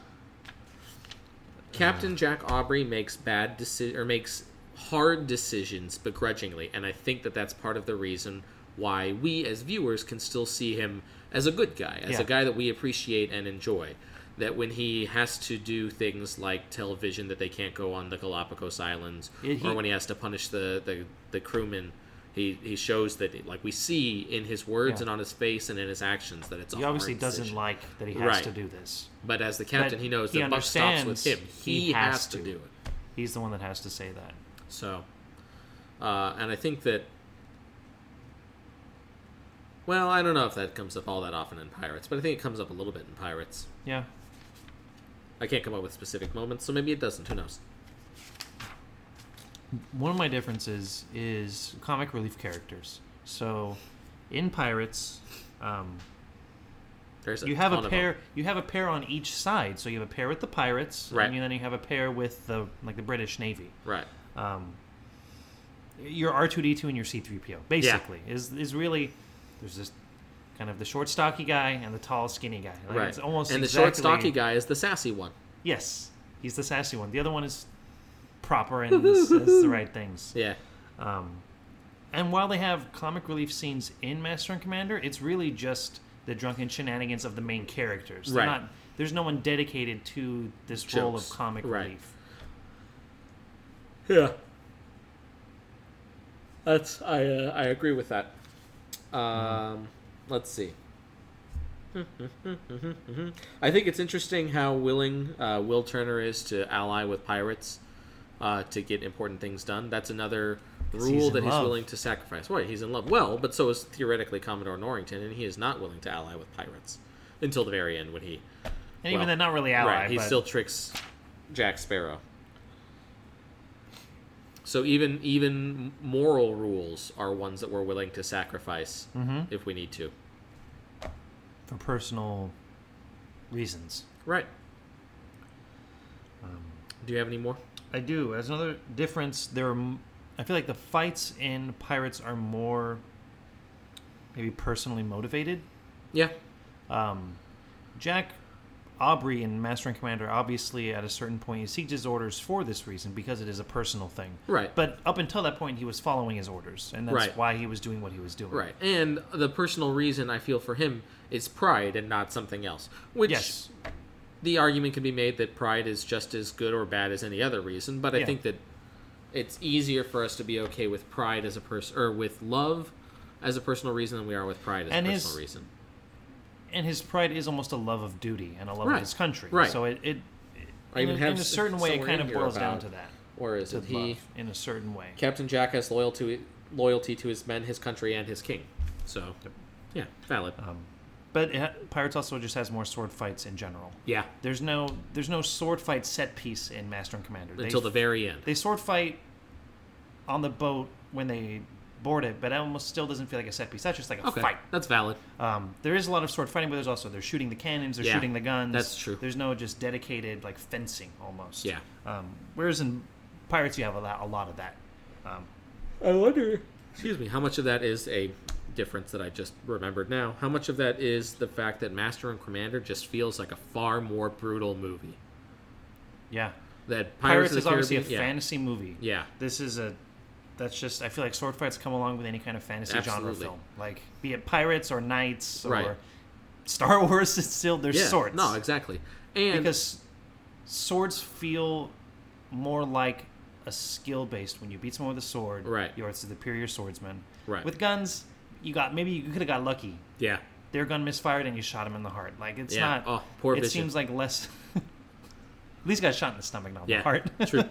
Captain Jack Aubrey makes bad deci- or makes hard decisions begrudgingly, and I think that that's part of the reason why we as viewers can still see him as a good guy, as
Yeah.
a guy that we appreciate and enjoy. That when he has to do things like tell Vision that they can't go on the Galapagos Islands,
Yeah, he-
or when he has to punish the the, the crewmen, he, he shows that like we see in his words
Yeah.
and on his face and in his actions that it's a
He obviously
hard
doesn't
decision.
like that he has
Right.
to do this.
But as the captain,
But
he knows
he
that buck stops with him.
understands
He, has, to do it.
He's the one that has to say that.
So, uh, and I think that. Well, I don't know if that comes up all that often in Pirates, but I think it comes up a little bit in Pirates.
Yeah.
I can't come up with specific moments, so maybe it doesn't. Who knows?
One of my differences is comic relief characters. So, in Pirates, um,
There's a
you have a
ton of
pair.
them.
You have a pair on each side. So you have a pair with the pirates,
Right.
and then you have a pair with the like the British Navy.
Right.
um, your R two D two and your C three PO basically is is really there's this kind of the short stocky guy and the tall skinny guy. Like,
right.
It's almost
and the
exactly,
short, stocky guy is the sassy one.
Yes, he's the sassy one. The other one is proper and s- says the right things.
Yeah.
Um, and while they have comic relief scenes in Master and Commander, it's really just the drunken shenanigans of the main characters. They're
Right.
Not, there's no one dedicated to this role of
Jokes.
comic
Right.
relief.
Yeah. That's I uh, I agree with that. Um, let's see. I think it's interesting how willing uh, Will Turner is to ally with pirates uh, to get important things done. That's another rule
in
that he's
love.
willing to sacrifice. Wait, he's in love. Well, but so is theoretically Commodore Norrington, and he is not willing to ally with pirates until the very end when he
And even
Well,
then, not really ally.
right, he
but
still tricks Jack Sparrow. So even even moral rules are ones that we're willing to sacrifice
Mm-hmm.
if we need to.
for personal reasons.
Right. Um, Do you have any more?
I do. As another difference, there are. m- I feel like the fights in Pirates are more, maybe personally motivated.
Yeah.
Um, Jack Aubrey in Master and Commander, obviously, at a certain point, he seeks his orders for this reason because it is a personal thing.
Right.
But up until that point, he was following his orders, and that's
Right.
why he was doing what he was doing.
Right. And the personal reason I feel for him is pride and not something else. Which
Yes.
the argument can be made that pride is just as good or bad as any other reason, but I
Yeah.
think that it's easier for us to be okay with pride as a person or with love as a personal reason than we are with pride as
And
a
his-
personal reason.
And his pride is almost a love of duty and a love
Right.
of his country.
Right.
So it, it
I
in,
even
a,
have
in a
s-
certain way, it
somewhere
kind
in
of
here
boils down
about-
to that.
Or is
to
it he
love in a certain way.
Captain Jack has loyalty loyalty to his men, his country, and his king. So yeah, valid.
Um, But it, ha- Pirates also just has more sword fights in general.
yeah.
There's no there's no sword fight set piece in Master and Commander.
Until
they,
the very end.
they sword fight on the boat when they board it, but it almost still doesn't feel like a set piece. That's just like a
Okay.
fight.
That's valid.
Um, there is a lot of sword fighting, but there's also they're shooting the cannons, they're
Yeah,
shooting the guns.
that's true.
There's no just dedicated like fencing almost.
Yeah.
Um, whereas in Pirates you have a lot, a lot of that. Um,
I wonder. Excuse me. How much of that is a difference that I just remembered now? How much of that is the fact that Master and Commander just feels like a far more brutal movie?
yeah.
That Pirates,
Pirates,
of
is
the
obviously
Caribbean,
a
yeah,
fantasy movie.
Yeah,
this is a that's just I feel like sword fights come along with any kind of fantasy genre
Absolutely.
film, like be it pirates or knights or
Right.
Star Wars. It's still there's
yeah.
swords.
No, exactly. And
because swords feel more like a skill based. When you beat someone with a sword,
Right.
you're a superior swordsman.
Right.
With guns, you got maybe you could have got lucky.
yeah,
Their gun misfired and you shot him in the heart. Like it's
Yeah.
not.
Oh, poor
it
Bishop.
seems like less. At least got shot in the stomach, not
yeah,
the heart.
true.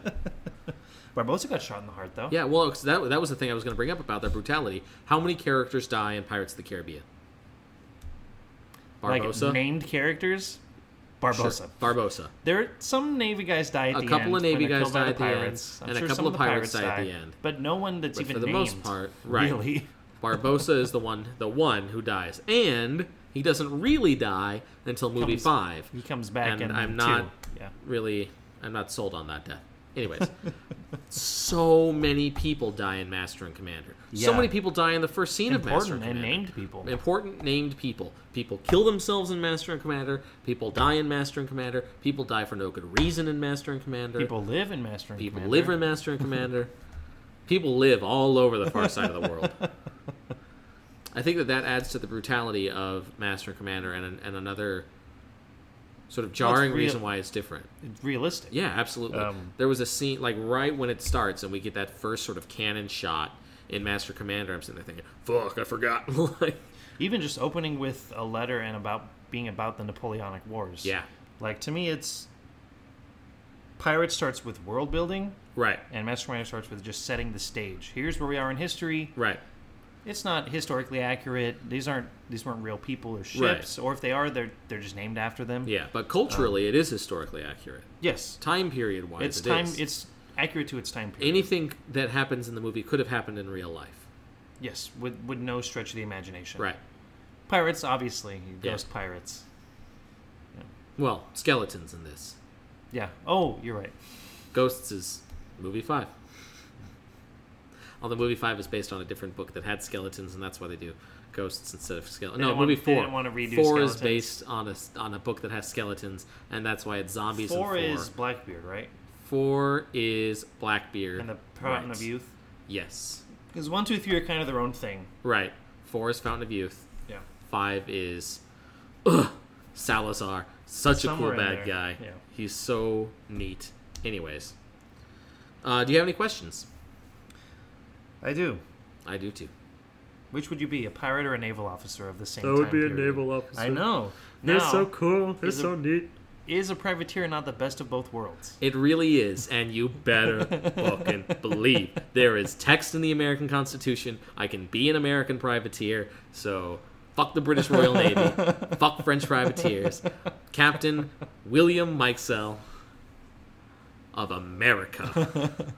Barbosa got shot in the heart though.
Yeah, well, 'cause that that was the thing I was going to bring up about their brutality. How many characters die in Pirates of the Caribbean? Barbosa,
like named characters Barbosa.
Barbosa.
There, some Navy guys die at
A
the
couple
end.
of Navy
when they're
guys
killed by
die at the end,
pirates. I'm
and a
sure
couple
some
of
the
pirates die at the
die,
end.
But no one that's
But
even
for the
named,
most part, right.
Really,
Barbosa is the one, the one who dies, and he doesn't really die until movie
Comes-
five.
he comes back
And
in
I'm
two.
not-
Yeah,
Really, I'm not sold on that death. Anyways, so many people die in Master and Commander. So
Yeah.
many people die in the first scene of Master and
important and
Commander.
named people.
Important named people. People kill themselves in Master and Commander. People die in Master and Commander. People die for no good reason in Master and Commander.
People live in Master and
People
Commander.
live in Master and Commander. People live all over the far side of the world. I think that that adds to the brutality of Master and Commander, and, an- and another sort of jarring
real-
reason why it's different.
It's realistic.
Yeah, absolutely.
Um,
there was a scene like right when it starts, and we get that first sort of cannon shot in Master Commander. I'm sitting there thinking, "Fuck, I forgot." like,
Even just opening with a letter and about being about the Napoleonic Wars.
yeah,
Like to me, it's Pirates starts with world building,
right,
and Master Commander starts with just setting the stage. Here's where we are in history.
right,
It's not historically accurate. These aren't these weren't real people or ships, or if they are, they're they're just named after them.
yeah. But culturally, it is historically accurate.
Yes,
Time period wise,
Um, it's time. It's accurate to its time period.
anything that happens in the movie could have happened in real life.
yes, with with no stretch of the imagination.
Right.
Pirates, obviously,
Yeah.
ghost pirates.
Well, skeletons in this.
Yeah. Oh, you're right.
Ghosts is movie five. Although movie five is based on a different book that had skeletons, and that's why they do ghosts instead of skeletons. No,
didn't want-
movie
they
four.
didn't want to redo
four
skeletons.
is based on a s- on a book that has skeletons, and that's why it's zombies. in
Four
four
is Blackbeard, right?
four is Blackbeard
And the Fountain
Right.
of Youth.
Yes,
Because one, two, three are kind of their own thing.
right. Four is Fountain of Youth.
Yeah.
Five is ugh, Salazar. Such
Somewhere
a
in
cool bad
there,
guy.
yeah.
He's so neat. Anyways, uh, do you have any questions?
I do.
I do too.
Which would you be, a pirate or a naval officer of the same?
I would
time
be a
period?
naval officer.
I know.
They're
Now,
so cool. They're
is it-
so neat.
Is a privateer not the best of both worlds?
It really is, and you better fucking believe there is text in the American Constitution. I can be an American privateer, so fuck the British Royal Navy, fuck French privateers, Captain William Mikesell of America.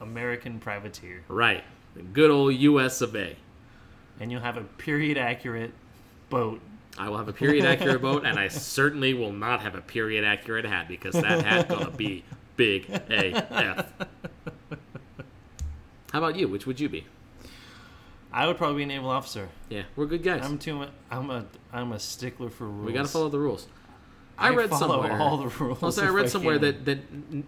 American privateer,
Right. The good old US of A.
and you'll have a period accurate boat.
I will have a period accurate boat, and I certainly will not have a period accurate hat because that hat gonna be big AF. How about you? Which would you be?
I would probably be a naval officer.
Yeah, we're good guys.
I'm too. mu- I'm a. I'm a stickler for rules.
we gotta follow the rules.
I,
I, read
follow
somewhere.
all the rules.
also, I
if
read somewhere
can.
that that n-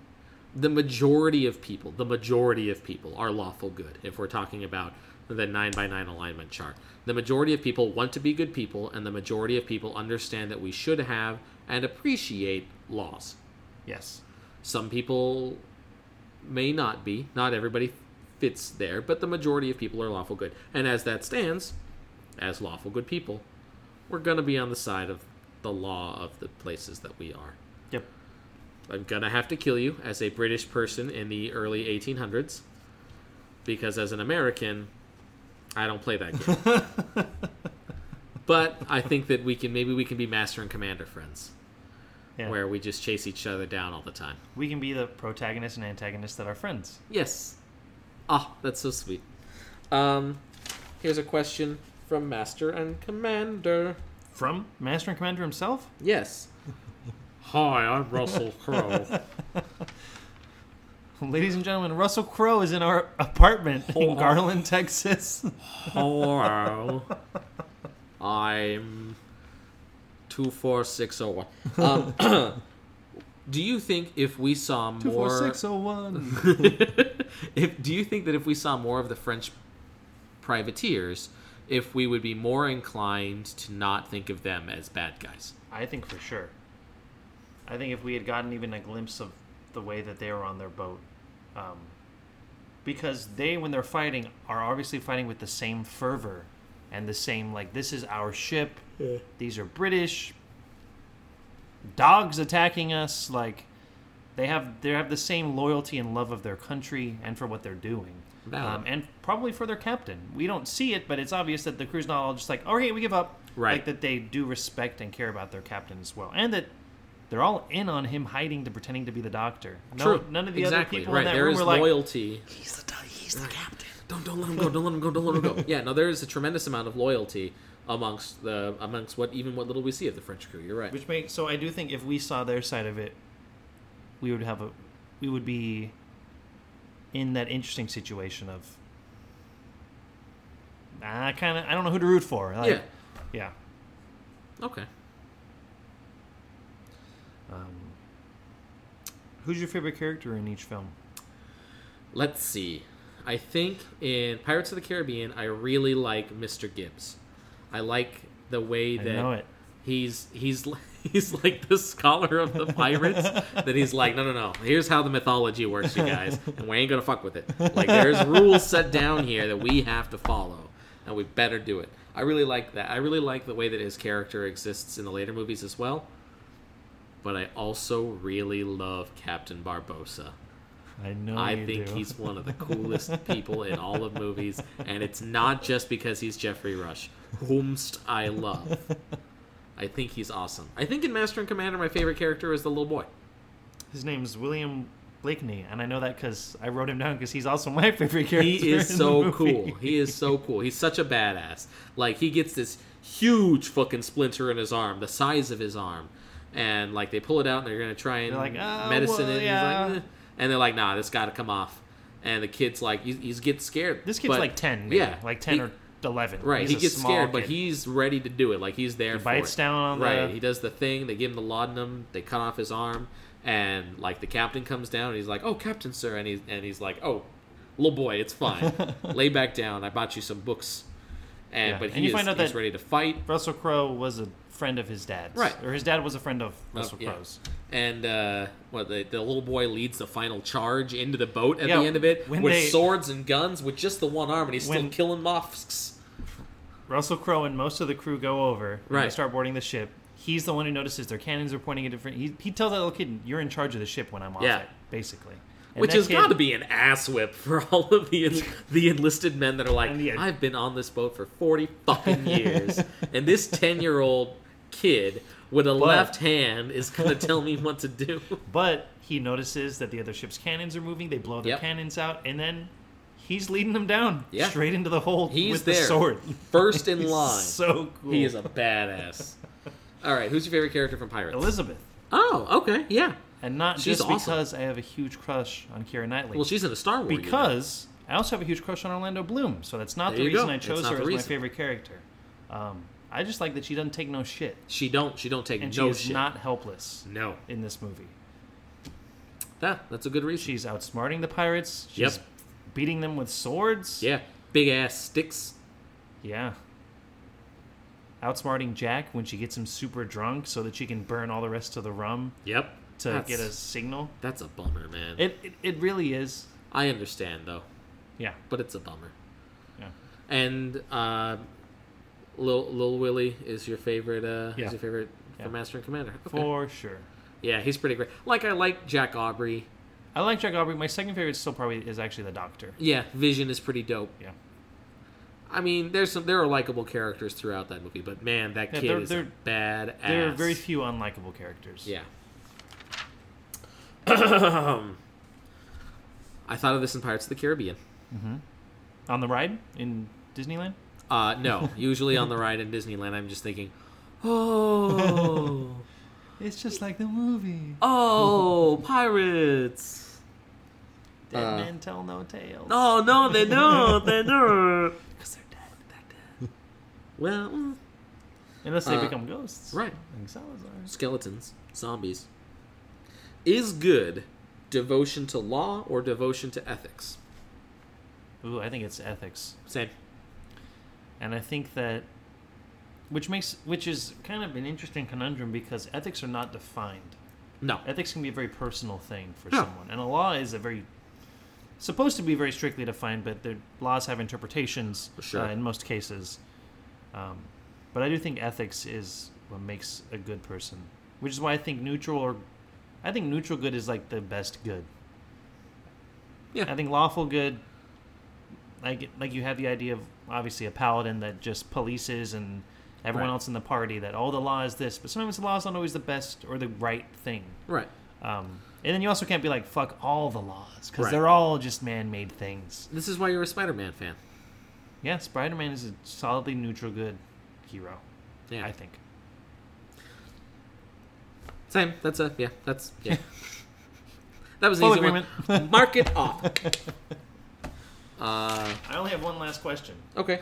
the majority of people, the majority of people, are lawful good. If we're talking about the nine by nine alignment chart, the majority of people want to be good people, and the majority of people understand that we should have and appreciate laws.
yes,
Some people may not be. Not everybody fits there, but the majority of people are lawful good. And as that stands, as lawful good people, we're going to be on the side of the law of the places that we are.
yep.
I'm going to have to kill you as a British person in the early 1800s because as an American, I don't play that game. but I think that we can maybe we can be master and commander friends
Yeah.
where we just chase each other down all the time.
we can be the protagonist and antagonist that are friends.
Yes. Ah, that's so sweet. Um, here's a question from Master and Commander.
From Master and Commander himself.
Yes. Hi, I'm Russell Crowe.
Ladies and gentlemen, Russell Crowe is in our apartment in
Hold on.
Garland, Texas.
Hello. I'm two four six zero one. Um, do you think if we saw more,
24601.
if do you think that if we saw more of the French privateers, if we would be more inclined to not think of them as bad guys?
I think for sure. I think if we had gotten even a glimpse of the way that they were on their boat, um, because they, when they're fighting, are obviously fighting with the same fervor and the same like, this is our ship. These are British dogs attacking us. Like they have they have the same loyalty and love of their country and for what they're doing.
Valid.
Um, and probably for their captain. We don't see it, but it's obvious that the crew's not all just like, okay, "Oh, we give up.
Right.
Like that they do respect and care about their captain as well, and that They're all in on him hiding and pretending to be the doctor. No,
True.
None of the
exactly.
other people
right.
in that
There
room
is
were like,
loyalty.
he's the, he's the captain.
Don't don't let him go. Don't let him go. Don't let him go. Yeah. No, there is a tremendous amount of loyalty amongst the amongst what even what little we see of the French crew. You're right.
Which makes so I do think if we saw their side of it, we would have a we would be in that interesting situation of I kind of I don't know who to root for. Like,
yeah.
yeah.
Okay.
Um, who's your favorite character in each film?
Let's see. I think in Pirates of the Caribbean, I really like Mr. Gibbs. I like the way
I
that
know it.
he's he's he's like the scholar of the pirates that he's like no no no here's how the mythology works you guys and we ain't gonna fuck with it like there's rules set down here that we have to follow and we better do it i really like that i really like the way that his character exists in the later movies as well but i also really love captain barbosa
I know.
I
you
think
do.
he's one of the coolest people in all of movies, and it's not just because he's Jeffrey Rush, whomst I love. I think he's awesome. I think in Master and Commander, my favorite character is the little boy.
His name's William Blakeney, and I know that because I wrote him down because he's also my favorite character.
He is
in
so
the
cool.
movie.
He is so cool. He's such a badass. Like he gets this huge fucking splinter in his arm, the size of his arm, and like they pull it out and they're gonna try and
They're like, "Oh,
medicine
well,
it. and he's
yeah.
like, "Eh." And they're like, nah, this got to come off. And the kid's like, he's, he's getting scared.
This kid's
But-
like ten, maybe.
yeah,
like ten
he-
or eleven.
Right,
He's
he
a
gets
small
scared, but
kid.
he's ready to do it. Like he's there.
He
for
bites
it.
down on the-
right. He does the thing. They give him the laudanum. They cut off his arm, and like the captain comes down, and he's like, "Oh, captain, sir," and he's and he's like, "Oh, little boy, it's fine. Lay back down. I bought you some books." And
Yeah,
but
and
he
you
is
find out
he's
that-
ready to fight.
Russell Crowe was a friend of his dad's,
Right.
Or his dad was a friend of
Oh,
Russell
yeah.
Crowe's.
And uh, what the, the little boy leads the final charge into the boat at
Yeah,
the end of it
when
with
they-
swords and guns with just the one arm, and he's still
When-
killing mosques.
Russell Crowe and most of the crew go over and they
Right.
start boarding the ship. He's the one who notices their cannons are pointing at different. He, he tells that little kid, "You're in charge of the ship when I'm off
Yeah.
it," basically. And
Which
that
has
kid-
got to be an ass whip for all of the the enlisted men that are like,
And the-
I've been on this boat for forty fucking years, and this ten year old kid with a left hand is gonna tell me what to do.
But he notices that the other ship's cannons are moving. They blow their
Yep.
cannons out, and then he's leading them down
Yeah.
straight into the hole
He's
with
there,
the sword.
first in
He's
line.
So cool.
He is a badass. All right, who's your favorite character from Pirates?
Elizabeth,
Oh, okay, yeah.
and not
She's
just
awesome.
because I have a huge crush on Kira Knightley.
Well, she's in a Star Wars
because I also have a huge crush on Orlando Bloom, so that's not
There
the
you
reason
go.
I
It's
chose
not
her
the
as my
reason.
favorite character. Um, I just like that she doesn't take no shit,
she don't she don't take
and she
no
is
shit.
not helpless
no,
in this movie.
yeah, that's a good reason.
She's outsmarting the pirates.
Yep.
She's beating them with swords.
Yeah, big ass sticks.
Yeah. Outsmarting Jack when she gets him super drunk so that she can burn all the rest of the rum
Yep,
to
that's,
get a signal.
That's a bummer, man.
It, it it really is.
I understand though.
Yeah.
but it's a bummer.
Yeah.
And uh, Lil Lil Willy is your favorite. Uh,
Yeah.
Is your favorite
Yeah.
for Master and Commander? Okay.
For sure.
Yeah, he's pretty great. Like I like Jack Aubrey.
I like Jack Aubrey. My second favorite still probably is actually the Doctor.
Yeah, Vision is pretty dope.
Yeah.
I mean, there's some there are likable characters throughout that movie, but man, that
Yeah,
kid
they're-
is
they're-
a bad ass.
There are very few unlikable characters.
Yeah. I thought of this in Pirates of the Caribbean.
On the ride in Disneyland?
Uh, no, usually on the ride in Disneyland, I'm just thinking, oh.
It's just like the movie.
Oh, pirates!
Dead
Uh,
men tell no tales.
Oh no, they don't. They don't.
Because they're dead.
Well, mm,
Unless they
Uh,
become ghosts.
right.
Like Salazar.
skeletons, zombies. Is good devotion to law or devotion to ethics?
Ooh, I think it's ethics.
Same.
and I think that which makes which is kind of an interesting conundrum because ethics are not defined.
No.
Ethics can be a very personal thing for
Yeah.
someone, and a law is a very supposed to be very strictly defined, but the laws have interpretations
Sure.
uh, in most cases. Um, but I do think ethics is what makes a good person, which is why I think neutral or I think neutral good is like the best good.
Yeah.
I think lawful good, like like you have the idea of obviously a paladin that just polices and everyone
Right.
else in the party that oh the law is this, but sometimes the law is not always the best or the right thing.
Right.
Um, and then you also can't be like fuck all the laws because
Right.
they're all just man-made things.
This is why you're a Spider-Man fan.
Yeah, Spider-Man is a solidly neutral good hero.
Yeah.
I think.
Same. That's a yeah. That's yeah. that was an
Full
easy one.
agreement.
Mark it off. uh,
I only have one last question.
okay.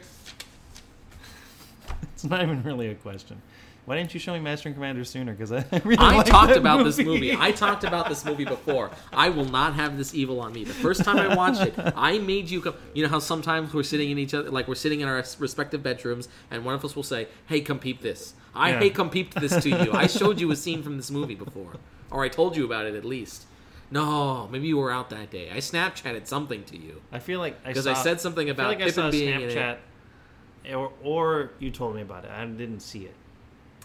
It's not even really a question. Why didn't you show me Master and Commander sooner? Because I I really
I
like
talked
that
about this movie. I talked about this movie before. I will not have this evil on me. The first time I watched it, I made you come. You know how sometimes we're sitting in each other, like we're sitting in our respective bedrooms, and one of us will say, "Hey, come peep this." I
Yeah.
hey, come peeped this to you. I showed you a scene from this movie before, or I told you about it at least. No, maybe you were out that day. I Snapchatted something to you
I feel like I
because I
saw-
said something
I feel
about
like I
Pippin
saw a
being in it.
Snapchat, or or you told me about it. I didn't see it.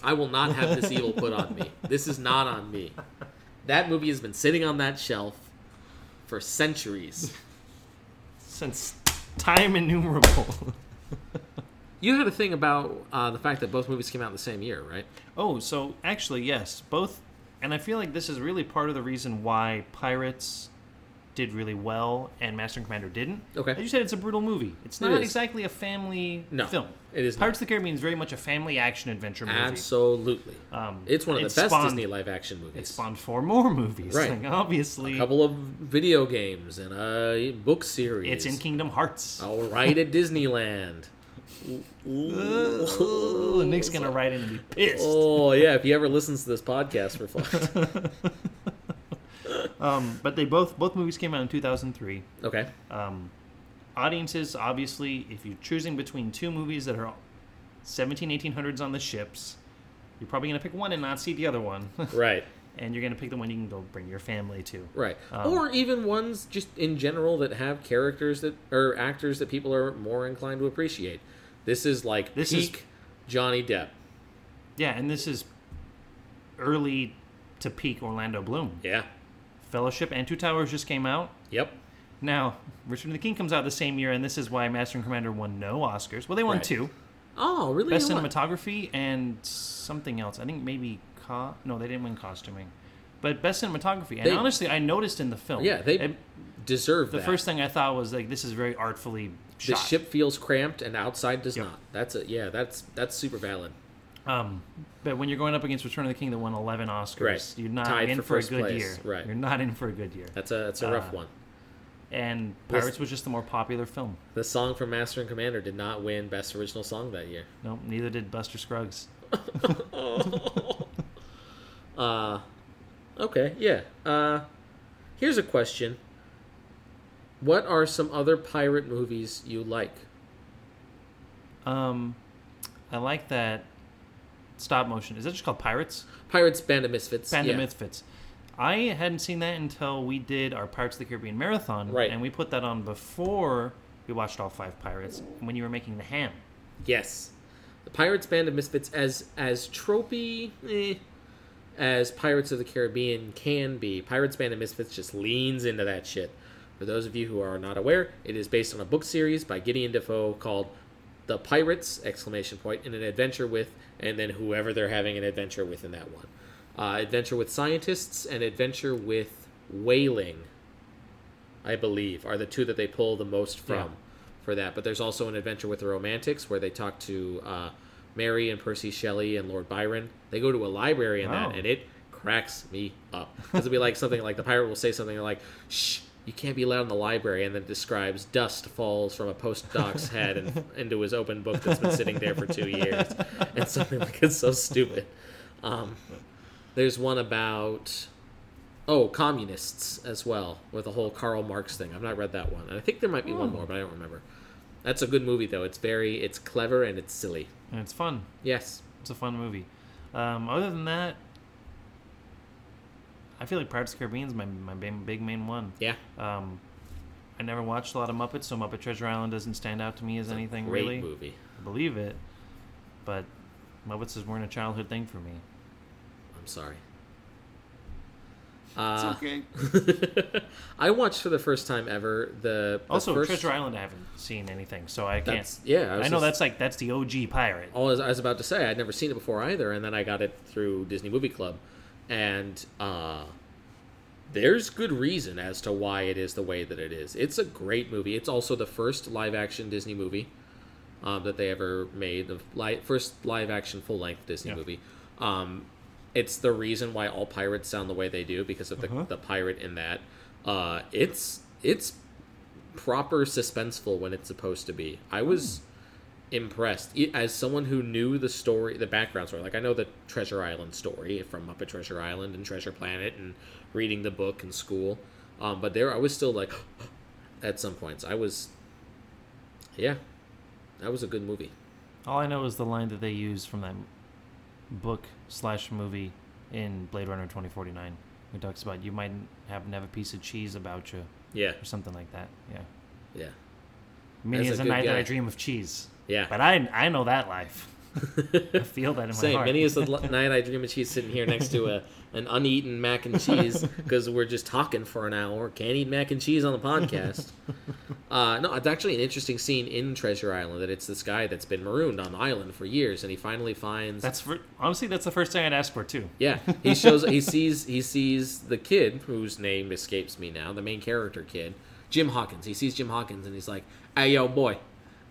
I will not have this evil put on me. This is not on me. That movie has been sitting on that shelf for centuries.
since time innumerable.
You had a thing about uh, the fact that both movies came out in the same year, right?
oh, so actually, yes, both, and I feel like this is really part of the reason why Pirates did really well and Master and Commander didn't.
Okay.
as you said, it's a brutal movie. It's
It
not
is.
exactly a family
No,
film.
it is not.
Pirates of the Caribbean is very much a family action adventure movie.
Absolutely.
Um,
it's one of
it
the best
spawned-
Disney live action movies.
It spawned four more movies.
Right.
Like,
a
obviously,
couple of video games and a book series.
it's in Kingdom Hearts.
All right at Disneyland.
Ooh, Nick's gonna write in and be pissed.
Oh yeah, if he ever listens to this podcast, reflect.
Um, but they both both movies came out in 2003.
Okay.
um, audiences obviously if you're choosing between two movies that are 17 1800s on the ships you're probably going to pick one and not see the other one
Right.
and you're going to pick the one you can go bring your family to
Right.
Um,
or even ones just in general that have characters that or actors that people are more inclined to appreciate. This is like
This is-
peak Johnny Depp.
yeah and this is early to peak orlando bloom
Yeah.
fellowship and two towers just came out
Yep.
now return of the king comes out the same year and this is why master and commander won no oscars well they won
Right.
two
Oh, really?
best
What?
cinematography and something else. I think maybe co- no, they didn't win costuming, but best cinematography. And
They-
honestly, I noticed in the film.
Yeah, they
it-
deserve
the
that.
first thing I thought was like this is very artfully
the
shot.
ship feels cramped and outside does
Yep.
not. That's a yeah, that's that's super valid.
Um, but when you're going up against Return of the King that won 11 Oscars,
Right.
you're not
Tied
in
for
for, a
first
good
place.
year.
Right.
You're not in for a good year.
That's a that's a rough
Uh,
one.
And
Listen-
Pirates was just the more popular film.
The song from Master and Commander did not win best original song that year.
No, neither did Buster Scruggs. Oh.
Uh okay, yeah. Uh here's a question. What are some other pirate movies you like?
Um, I like that stop motion. Is that just called Pirates?
Pirates, Band of Misfits.
Band
yeah.
of Misfits. I hadn't seen that until we did our Pirates of the Caribbean marathon,
Right.
And we put that on before we watched all five Pirates when you were making the ham.
Yes, the Pirates Band of Misfits, as as tropey eh, as Pirates of the Caribbean can be, Pirates Band of Misfits just leans into that shit. For those of you who are not aware, it is based on a book series by Gideon Defoe called "The Pirates!" exclamation point in an adventure with, and then whoever they're having an adventure with in that one. Uh, adventure with scientists and adventure with whaling, I believe, are the two that they pull the most from
Yeah.
for that. But there's also an adventure with the Romantics where they talk to uh, Mary and Percy Shelley and Lord Byron. They go to a library in that,
Oh.
and it cracks me up. 'Cause it'll be like something like the pirate will say something like, "Shh, you can't be loud in the library," and then describes dust falls from a postdoc's head and into his open book that's been sitting there for two years, and something like it's so stupid. Um, there's one about oh communists as well with the whole Karl Marx thing. I've not read that one, and I think there might be
Oh.
one more, but I don't remember. That's a good movie though. It's very it's clever and it's silly.
And it's fun.
Yes,
It's a fun movie. Um, other than that, I feel like Pirates of the Caribbean is my, my big, big main one.
yeah,
Um, I never watched a lot of Muppets, so Muppet Treasure Island doesn't stand out to me as anything
great
really.
movie.
I believe it, but Muppets is weren't a childhood thing for me.
I'm sorry.
It's
Uh,
okay.
I watched for the first time ever the, the
Also,
first,
Treasure Island, I haven't seen anything, so I can't.
That's- yeah, I
I,
was
know
just-
that's like that's the OG pirate.
all I was, I was about to say, I'd never seen it before either, and then I got it through Disney Movie Club, and uh, there's good reason as to why it is the way that it is. It's a great movie. It's also the first live-action Disney movie um, that they ever made, the li- first live-action full-length Disney
Yeah.
movie. Um, it's the reason why all pirates sound the way they do because of the, the pirate in that. Uh, it's it's proper suspenseful when it's supposed to be. I was impressed E- as someone who knew the story, the background story. Like I know the Treasure Island story from Muppet Treasure Island and Treasure Planet and reading the book in school. Um, but there, I was still like, at some points, I was, yeah, that was a good movie.
All I know is the line that they used from that book slash movie in Blade Runner 2049. It talks about you might have never a piece of cheese about you
Yeah,
or something like that. Yeah.
yeah,
Many
That's
is
a
a
good
night that
guy.
I dream of cheese.
yeah.
But I I know that life. I feel that in my
Same.
heart.
Many is the l- night I dream of cheese sitting here next to a an uneaten mac and cheese because we're just talking for an hour. Can't eat mac and cheese on the podcast. Uh, no, it's actually an interesting scene in Treasure Island that it's this guy that's been marooned on the island for years, and he finally finds.
That's for, honestly that's the first thing I'd ask for too.
yeah, he shows he sees he sees the kid whose name escapes me now, the main character kid, Jim Hawkins. He sees Jim Hawkins and he's like, "Hey, yo, boy,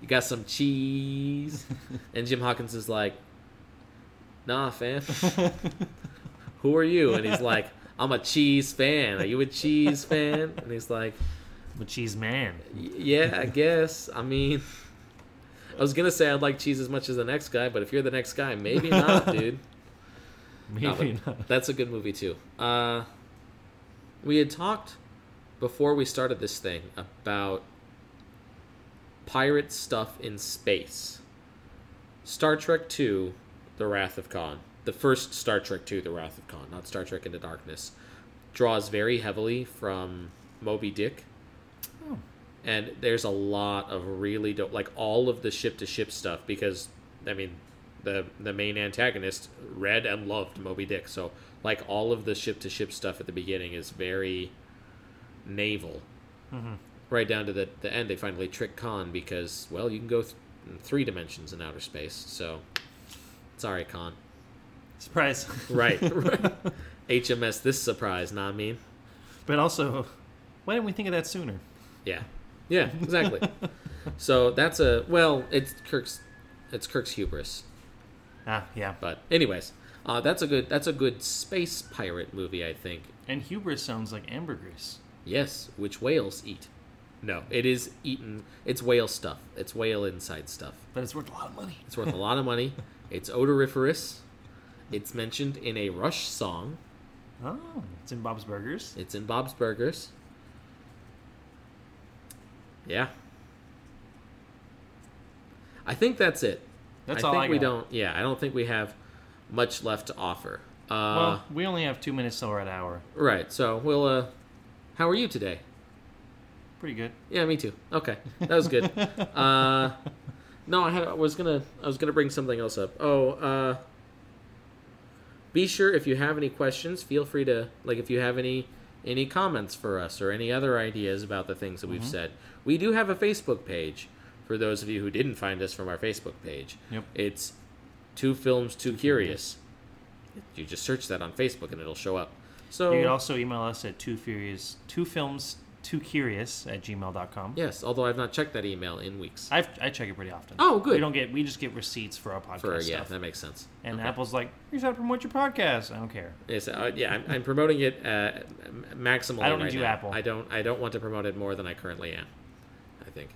you got some cheese?" and Jim Hawkins is like, "Nah, fam." who are you? And he's like, I'm a cheese fan. Are you a cheese fan? And he's like,
The cheese man.
"Y- Yeah, I guess. I mean, I was gonna say I'd like cheese as much as the next guy, but if you're the next guy, maybe not, dude. No,
Maybe
but
not.
That's a good movie too. Uh, we had talked before we started this thing about pirate stuff in space. Star Trek II: The Wrath of Khan, the first Star Trek II: The Wrath of Khan, not Star Trek Into Darkness, draws very heavily from Moby Dick. And there's a lot of really dope, like all of the ship to ship stuff because, I mean, the the main antagonist read and loved Moby Dick, so like all of the ship to ship stuff at the beginning is very naval right down to the, the end they finally trick khan because well you can go th- in three dimensions in outer space so sorry khan
Surprise.
right, hms this surprise not mean
But also why didn't we think of that sooner?
yeah yeah exactly so that's a well it's kirk's it's kirk's hubris
Ah, yeah.
but anyways uh, that's a good that's a good space pirate movie i think
And hubris sounds like ambergris.
yes which whales eat no it is eaten it's whale stuff it's whale inside stuff
But it's worth a lot of money.
It's worth a lot of money. It's odoriferous. It's mentioned in a Rush song.
Oh, it's in Bob's Burgers.
It's in Bob's Burgers. Yeah. I think that's it.
That's
I
all
think
I
we
got.
don't. Yeah, I don't think we have much left to offer. Uh,
well, we only have two minutes till we're at hour.
right. So we'll. Uh, how are you today?
Pretty good.
Yeah, me too. Okay, that was good. uh, no, I, had, I was gonna I was gonna bring something else up. Oh, uh, be sure if you have any questions, feel free to like if you have any any comments for us or any other ideas about the things that we've said. We do have a Facebook page for those of you who didn't find us from our Facebook page.
Yep.
It's two films, too curious. You just search that on Facebook and it'll show up. So
You can also email us at two furious two films two curious at gmail.com.
yes, although I've not checked that email in weeks.
I've, I check it pretty often.
Oh, good.
We don't get we just get receipts for our podcast
for yeah,
stuff.
that makes sense.
and
Okay.
Apple's like, here's how to promote your podcast. I don't care.
Yes, uh, yeah, I'm, I'm promoting it uh, m- maximally.
I don't
right
need you,
now.
Apple.
I don't. I don't want to promote it more than I currently am. I think.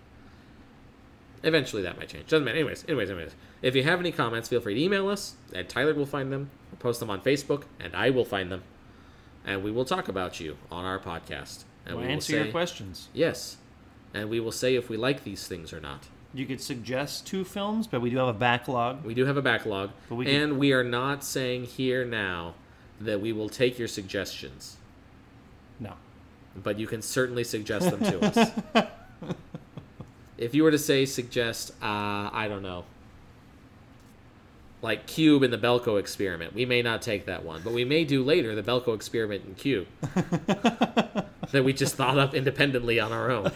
Eventually, that might change. Doesn't matter. Anyways, anyways, anyways. If you have any comments, feel free to email us, and Tyler will find them. I'll post them on Facebook, and I will find them, and we will talk about you on our podcast. And
We'll
we will
answer
say-
your questions.
Yes, and we will say if we like these things or not.
You could suggest two films, but we do have a backlog.
We do have a backlog,
But we
and we are not saying here now that we will take your suggestions.
No.
but you can certainly suggest them to us. if you were to say suggest, uh, I don't know, like Cube and the Belko experiment. We may not take that one, but we may do later the Belko experiment and Cube that we just thought up independently on our own.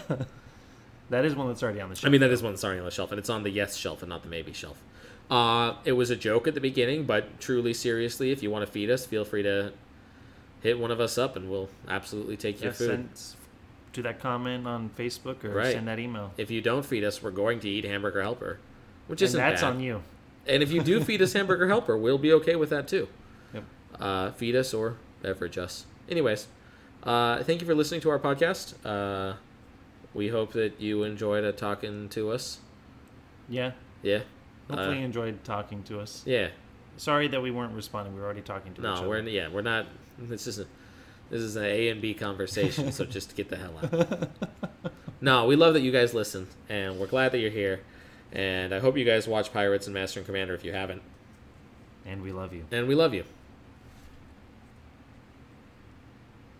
That is one that's already on the show.
I mean, that is one sorry on the shelf, and it's on the yes shelf and not the maybe shelf. Uh, it was a joke at the beginning, but truly, seriously, if you want to feed us, feel free to hit one of us up, and we'll absolutely take your
yeah,
food.
send s- do that comment on Facebook or
Right.
send that email.
If you don't feed us, we're going to eat hamburger helper, which
And
isn't
that's
bad.
on you.
And if you do feed us hamburger helper, we'll be okay with that too.
Yep.
Uh, feed us or beverage us. Anyways, uh, thank you for listening to our podcast. Uh, we hope that you enjoyed uh, talking to us.
Yeah.
Yeah. Uh,
Hopefully you enjoyed talking to us.
yeah.
Sorry that we weren't responding. We were already talking to each
No,
other.
we're yeah, we're not. This isn't. This is an A and B conversation, so just get the hell out. no, we love that you guys listen, and we're glad that you're here. And I hope you guys watch Pirates and Master and Commander if you haven't.
and we love you.
And we love you.